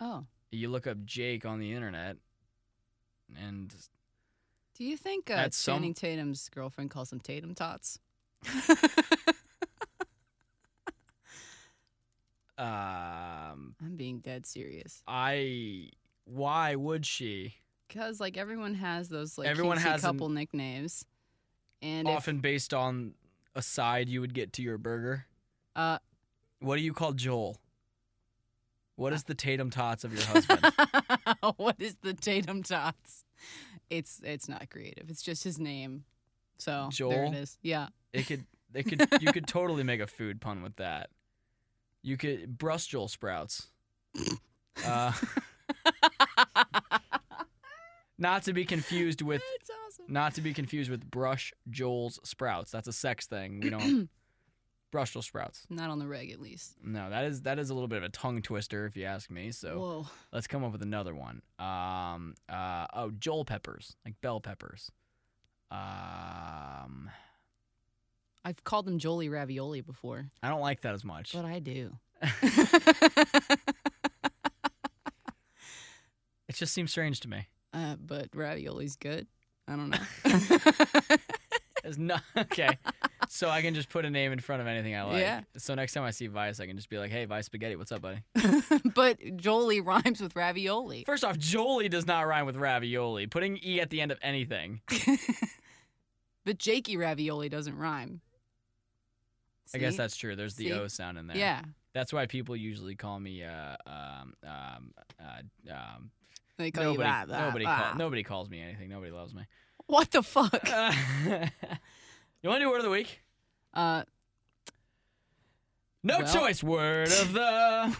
Oh,
You look up Jake on the internet, and
do you think uh,
At some-
Channing Tatum's girlfriend calls him Tatum Tots?
um,
I'm being dead serious.
I. Why would she?
Because like everyone has those like
Everyone
everyone
has
has
an-
couple nicknames, and if-
Often based on a side you would get to your burger.
uh,
What do you call Joel? What is the Tatum Tots of your husband?
what is the Tatum Tots? It's it's not creative. It's just his name. So there
Joel?
it is. Yeah.
it could, it could, you could totally make a food pun with that. You could brust Joel sprouts. Uh, not to be confused with,
That's awesome.
not to be confused with brush Joel's sprouts. That's a sex thing. We don't brush Joel sprouts.
Not on the reg at least.
No, that is that is a little bit of a tongue twister if you ask me. So.
Whoa.
Let's come up with another one. Um, uh, oh, Joel peppers, like bell peppers. Um,
I've called them Jolie Ravioli before,
I don't like that as much.
but I do.
It just seems strange to me.
uh, but ravioli's good. I don't know.
It's not okay. so I can just put a name in front of anything I like.
Yeah.
So next time I see Vice, I can just be like, "Hey, Vice Spaghetti, what's up, buddy?"
but Jolie rhymes with ravioli.
First off, Jolie does not rhyme with ravioli. Putting e at the end of anything.
But Jakey ravioli doesn't rhyme.
I guess
See?
that's true. There's the
See?
o sound in there.
Yeah.
That's why people usually call me uh um um uh, um.
They call you
Nobody
that. that,
nobody
that.
call, nobody calls me anything. Nobody loves me.
What the fuck?
Uh, you want to do word of the week?
Uh,
No
Well-
choice. Word of the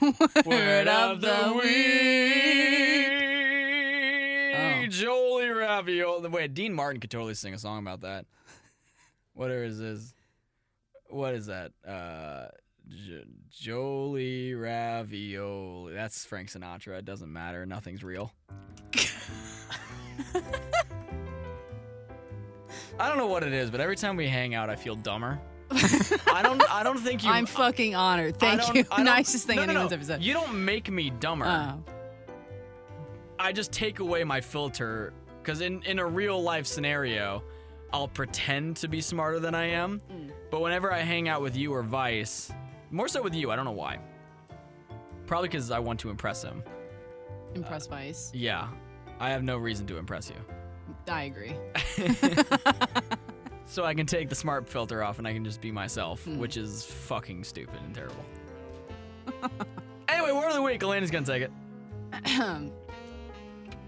word of the week. Oh.
week. Jolie Ravioli. Wait, Dean Martin could totally sing a song about that. What is this? What is that? Uh, J- Jolie Ravioli. That's Frank Sinatra. It doesn't matter. Nothing's real. I don't know what it is, but every time we hang out, I feel dumber. I don't. I don't think you.
I'm fucking honored.
I
Thank
don't-
you.
I don't-
Nicest thing
no, no, no.
anyone's ever said.
You don't make me dumber.
Oh.
I just take away my filter because in, in a real life scenario, I'll pretend to be smarter than I am.
Mm.
But whenever I hang out with you or Vice, more so with you, I don't know why. Probably because I want to impress him.
Impressed Vice.
Yeah, I have no reason to impress you.
I agree.
So I can take the smart filter off and I can just be myself,
Hmm.
which is fucking stupid and terrible. anyway, word of the week. Elena's gonna take it.
the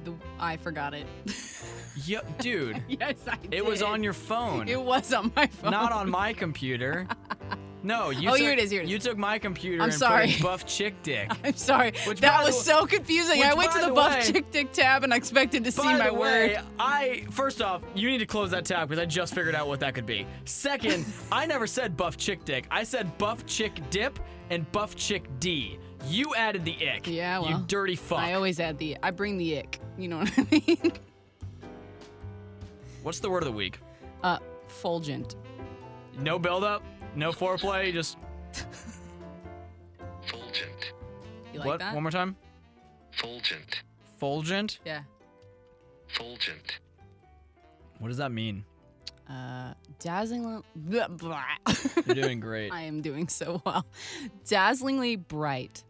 the, I forgot it.
Yo, dude,
yes, I did.
it was on your phone,
It was on my phone.
not on my computer. No, you.
Oh,
took,
here it is, here it
You took my computer.
I'm
and
sorry.
Put in buff chick dick.
I'm sorry.
Which, by
that
the
was
wa-
so confusing.
which,
I went
by
to the
the
buff
way-
chick dick tab and I expected to see
By
my
the
word.
way, I first off, you need to close that tab because I just figured out what that could be. Second, I never said buff chick dick. I said buff chick dip and buff chick D. You added the ick.
Yeah, well,
you dirty fuck.
I always add the I bring the ick. You know what I mean?
What's the word of the week?
Uh, fulgent.
No build up, no foreplay, just
Fulgent.
You like
what?
that?
One more time.
Fulgent.
Fulgent.
yeah.
Fulgent.
What does that mean?
Uh, dazzling. Blah, blah.
You're doing great.
I am doing so well. Dazzlingly bright.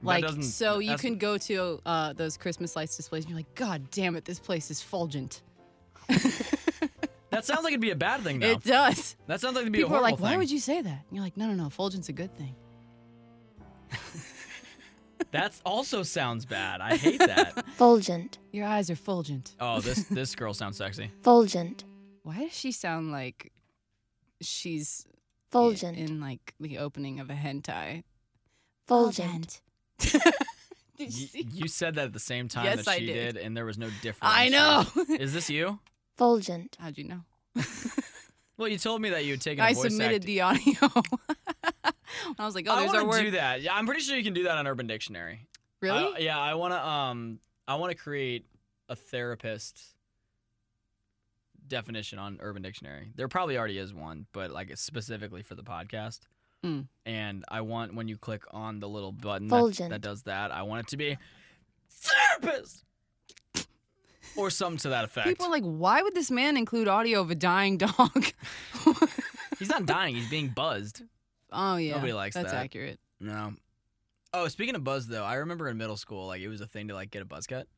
That
Like
doesn't-
so, you
that's-
can go to uh, those Christmas lights displays and you're like, God damn it, this place is fulgent.
That sounds like it'd be a bad thing though.
It does.
that sounds like it'd be
People
a
are
horrible
like,
thing.
Why would you say that? And you're like, No, no, no, fulgent's a good thing.
That also sounds bad. I hate that.
Fulgent,
Your eyes are fulgent.
oh, this this girl sounds sexy.
fulgent,
Why does she sound like she's i-
fulgent,
in like the opening of a hentai?
fulgent,
Did you
Y-
see?
you said that at the same time
Yes,
that
I
she
did.
did. and there was no difference.
I know.
Is this you?
fulgent,
How'd you know?
Well, you told me that you had taken. a
I
voice
submitted
act-
the audio. I was like, oh,
I
there's our
want to do
word.
that. Yeah, I'm pretty sure you can do that on Urban Dictionary. I-
Really?
yeah, I want to. Um, I want to create a therapist definition on Urban Dictionary. There probably already is one, but like it's specifically for the podcast.
Mm.
And I want when you click on the little button that,
Fulgent.
that does that, I want it to be therapist or something to that effect.
People are like, why would this man include audio of a dying dog?
he's not dying; he's being buzzed.
oh yeah,
Nobody likes
that's
that.
accurate.
No. Oh, speaking of buzz though, I remember in middle school, like it was a thing to like get a buzz cut.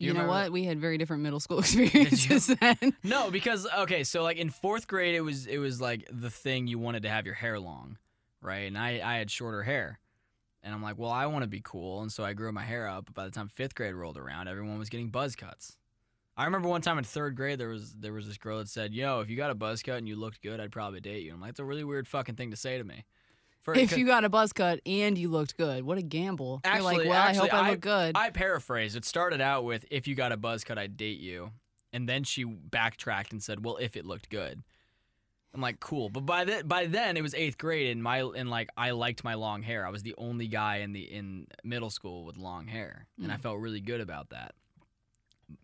You,
You
know
remember-
what? We had very different middle school experiences then.
No, because okay, so like in fourth grade, it was it was like the thing you wanted to have your hair long, right? And I I had shorter hair, and I'm like, well, I want to be cool, and so I grew my hair up. But by the time fifth grade rolled around, everyone was getting buzz cuts. I remember one time in third grade, there was there was this girl that said, "Yo, if you got a buzz cut and you looked good, I'd probably date you." I'm like, that's a really weird fucking thing to say to me. For,
If you got a buzz cut and you looked good, what a gamble! You're like,
Actually-
well,
actually,
I hope I
I-
look good.
I paraphrased. It started out with if you got a buzz cut, I'd date you. And then she backtracked and said, "Well, if it looked good." I'm like, "Cool." But by the, by then it was 8th grade and my and like I liked my long hair. I was the only guy in the in middle school with long hair, and
Mm.
I felt really good about that.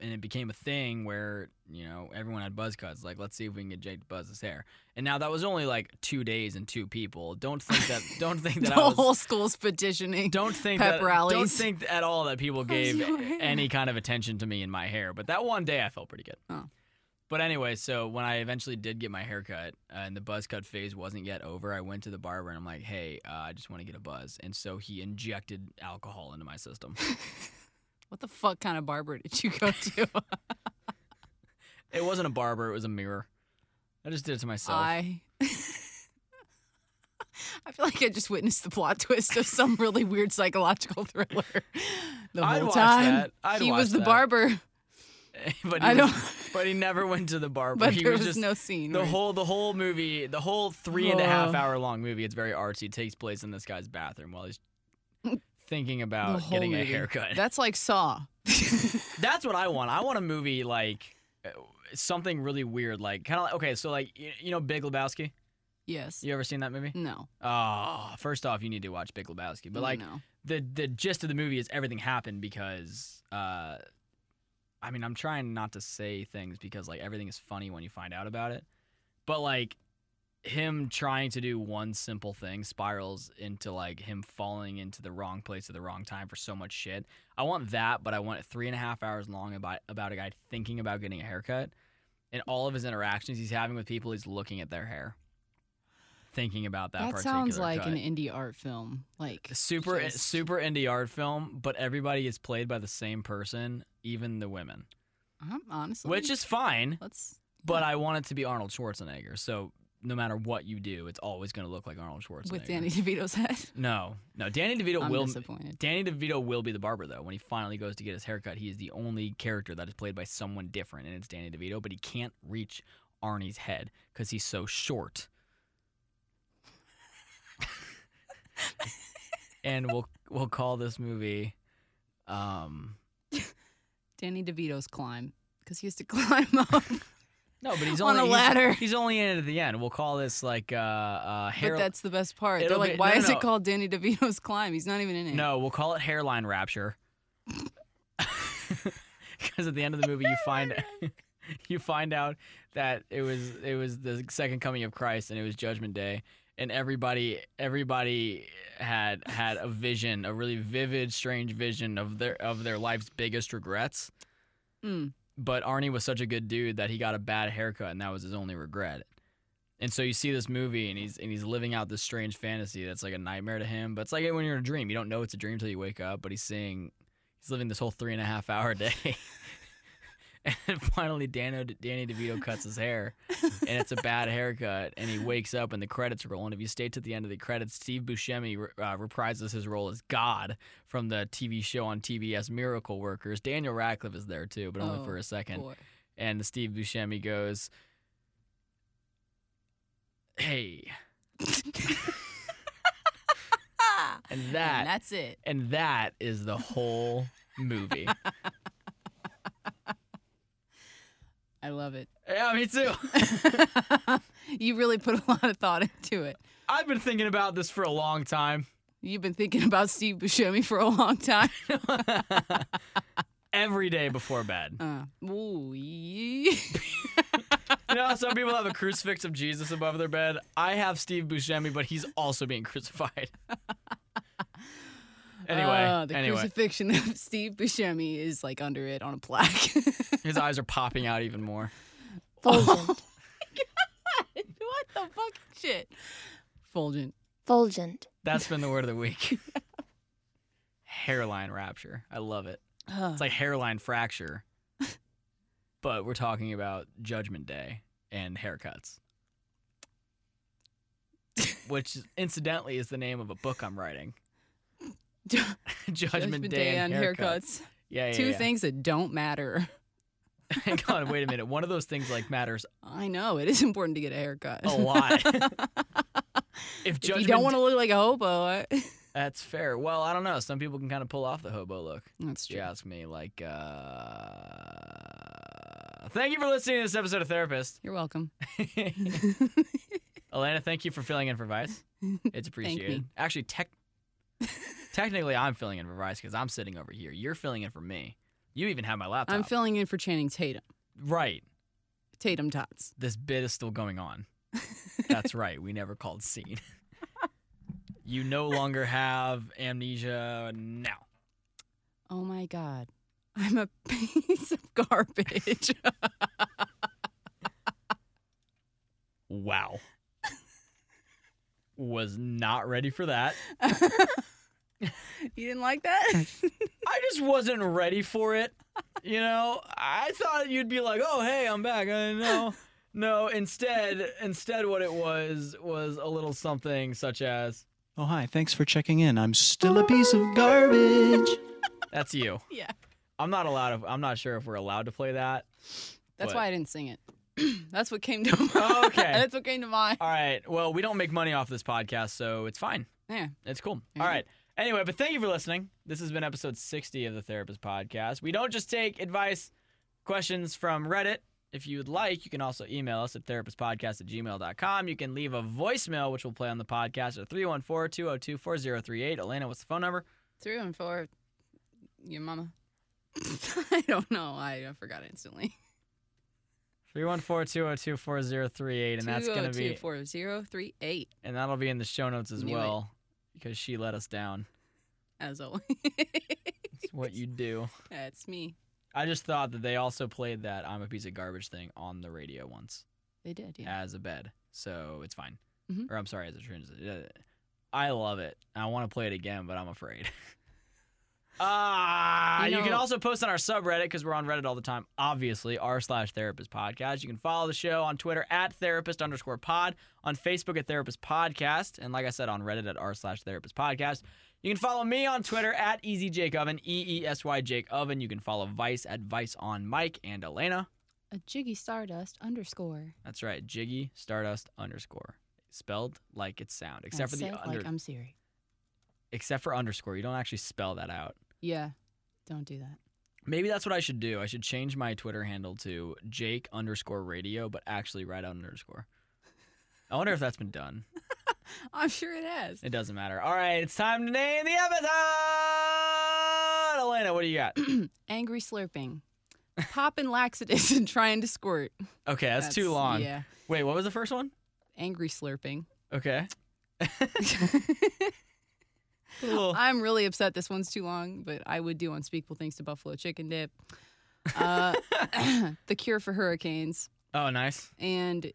And it became a thing where, you know, everyone had buzz cuts. Like, let's see if we can get Jake to buzz his hair. And now that was only like two days and two people. Don't think that don't think
the
that I was
whole school's petitioning.
don't think
pep
that, Don't
rallies.
think at all that people gave
your hair?
any kind of attention to me in my hair. But that one day, I felt pretty good.
Oh.
But anyway, so when I eventually did get my hair cut uh, and the buzz cut phase wasn't yet over, I went to the barber and I'm like, "Hey, uh, I just want to get a buzz." And so he injected alcohol into my system.
What the fuck kind of barber did you go to?
it wasn't a barber; it was a mirror. I just did it to myself.
I. I feel like I just witnessed the plot twist of some really weird psychological thriller. The
I'd
whole
watch
time
that. I'd
he was
watch
the
that.
barber,
but he
I
was-
don't-
But he never went to the barber.
but
he
there
was,
was,
just
no scene.
The
where-
whole the whole movie, the whole three and a half
Whoa.
hour long movie, it's very artsy, takes place in this guy's bathroom while he's thinking
the
about
whole
getting a
movie.
haircut.
That's like Saw.
That's what I want. I want a movie like uh, something really weird, like kind of like okay, so like you, you know Big Lebowski.
yes.
You ever seen that movie?
No.
Ah, first off, you need to watch Big Lebowski. But like
no.
the the gist of the movie is everything happened because. uh I mean, I'm trying not to say things because like everything is funny when you find out about it. But like him trying to do one simple thing spirals into like him falling into the wrong place at the wrong time for so much shit. I want that, but I want it three and a half hours long about about a guy thinking about getting a haircut and all of his interactions he's having with people, he's looking at their hair. Thinking about that,
That,
particular
sounds like
cut
an indie art film. Like
super
just-
super indie art film, but everybody is played by the same person, even the women,
I'm honestly.
which is fine.
Let's.
But I want it to be Arnold Schwarzenegger, so no matter what you do, it's always going to look like Arnold Schwarzenegger.
with Danny DeVito's head.
No, no. Danny DeVito
I'm
will.
disappointed.
Danny DeVito will be the barber though. When he finally goes to get his haircut, he is the only character that is played by someone different, and it's Danny DeVito. But he can't reach Arnie's head because he's so short. and we'll we'll call this movie. Um,
Danny DeVito's climb because he used to climb up.
no, but he's
On
only
a
he's-
ladder.
He's, only in it at the end. We'll call this like uh, uh, hair.
but that's the best part. They're
It'll
like,
be-
why
no, no,
is
no.
it called Danny DeVito's climb? He's not even in it.
No, we'll call it hairline rapture. Because at the end of the movie, you find you find out that it was it was the second coming of Christ and it was Judgment Day, and everybody everybody had had a vision, a really vivid, strange vision of their of their life's biggest regrets.
Mm.
But Arnie was such a good dude that he got a bad haircut, and that was his only regret. And so you see this movie, and he's and he's living out this strange fantasy that's like a nightmare to him. But it's like when you're in a dream, you don't know it's a dream till you wake up. But he's seeing, he's living this whole three and a half hour day. and then finally, Dano, Danny DeVito cuts his hair, and it's a bad haircut. And he wakes up, and the credits roll. And if you stay to the end of the credits, Steve Buscemi re- uh, reprises his role as God from the TV show on TBS Miracle Workers. Daniel Radcliffe is there too, but only
Oh,
for a second
Boy.
and Steve Buscemi goes, "Hey,"
Ah!
and
And
that
that's it.
and that is the whole movie.
I love it.
yeah, me too.
you really put a lot of thought into it.
I've been thinking about this for a long time.
You've been thinking about Steve Buscemi for a long time.
Every day before bed.
Uh, ooh, yee.
You know, some people have a crucifix of Jesus above their bed. I have Steve Buscemi, but he's also being crucified. Anyway,
Ah, the
anyway,
crucifixion of Steve Buscemi is like under it on a plaque.
his eyes are popping out even more.
Fulgent.
Oh what the fuck shit? Fulgent.
Fulgent.
That's been the word of the week. Hairline rapture. I love it. It's like hairline fracture, but we're talking about Judgment Day and haircuts, which is- incidentally is the name of a book I'm writing.
Judgment,
Judgment, Day, and haircuts. Yeah, yeah.
Two
yeah.
things that don't matter.
Hang on, wait a minute. One of those things like matters
I know it is important to get a haircut.
a lot. if
if
Judgment,
you don't want to look like a hobo, I...
that's fair. Well, I don't know. Some people can kind of pull off the hobo look.
that's
If
true.
you ask me, like, uh, thank you for listening to this episode of Therapist.
You're welcome.
Elena, thank you for filling in for Vice. It's appreciated.
me.
Actually, tech technically, I'm filling in for Vice because I'm sitting over here. You're filling in for me. You even have my laptop.
I'm filling in for Channing Tatum.
right.
Tatum tots.
This bit is still going on. That's right. We never called scene. you no longer have amnesia now.
Oh my god. I'm a piece of garbage.
Wow. Was not ready for that.
you didn't like that?
I just wasn't ready for it. You know, I thought you'd be like, "Oh, hey, I'm back." I know. No, instead, instead what it was was a little something such as
Oh, hi. Thanks for checking in. I'm still a piece of garbage.
that's you.
yeah.
I'm not allowed to, I'm not sure if we're allowed to play that.
That's
What?
why I didn't sing it. That's what came to mind.
Oh, okay.
That's what came to mind.
All right. Well, we don't make money off this podcast, so it's fine.
Yeah.
It's cool.
Yeah.
All right. Anyway, but thank you for listening. This has been episode 60 of the Therapist Podcast. We don't just take advice, questions from Reddit. If you would like, you can also email us at therapistpodcast at gmail.com. You can leave a voicemail, which will play on the podcast at 314 202 4038. Elena, what's the phone number?
Three and four. Your mama. I don't know. I, I forgot instantly.
314 202 4038. And that's going to be,
4038,
and that'll be in the show notes as
Knew it.
well because she let us down.
as always.
It's what you do.
That's me.
I just thought that they also played that I'm a piece of garbage thing on the radio once
They did, yeah.
as a bed. So it's fine.
Mhm.
Or I'm sorry, as a transit. I love it. I want to play it again, but I'm afraid. Ah,
You
you, can
know-
also post on our subreddit because we're on Reddit all the time. Obviously, r slash therapist podcast. You can follow the show on Twitter at therapist underscore pod, on Facebook at therapist podcast, and like I said, on Reddit at r slash therapist podcast. You can follow me on Twitter at easy Jake Oven, E E S Y Jake Oven. You can follow Vice at Vice on Mike and Elena.
A jiggy stardust underscore.
That's right, Jiggy Stardust underscore spelled like it sound,
I
except for the
said,
under,
like I'm Siri.
except for underscore. You don't actually spell that out.
Yeah. Don't do that.
Maybe that's what I should do. I should change my Twitter handle to Jake underscore radio, but actually write out an underscore. I wonder if that's been done.
I'm sure it has.
It doesn't matter. All right, it's time to name the episode. Elena, what do you got?
Angry slurping. Popping laxatives and trying to squirt.
Okay, that's, too long.
Yeah.
Wait, what was the first one?
Angry slurping.
Okay. Cool.
I'm really upset this one's too long, but I would do unspeakable things to buffalo chicken dip. Uh, the cure for hurricanes.
Oh, nice.
And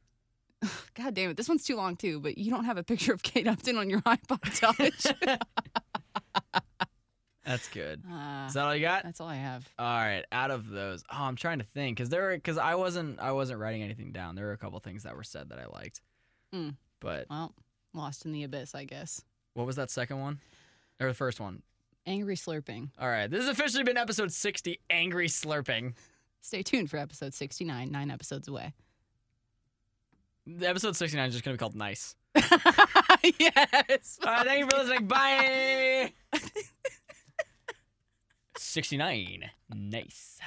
god damn it, this one's too long too, but you don't have a picture of Kate Upton on your iPod touch.
That's good.
uh,
Is that all you got?
that's all I have.
All right, out of those, oh, I'm trying to think because there because I wasn't I wasn't writing anything down. There were a couple things that were said that I liked,
Hmm.
but
Well, lost in the abyss, I guess.
What was that second one? Or the first one?
Angry slurping.
All right. This has officially been episode 60 Angry Slurping.
Stay tuned for episode 69, nine episodes away.
The Episode 69 is just going to be called Nice.
yes.
All right. Thank you for listening. Bye. 69. Nice.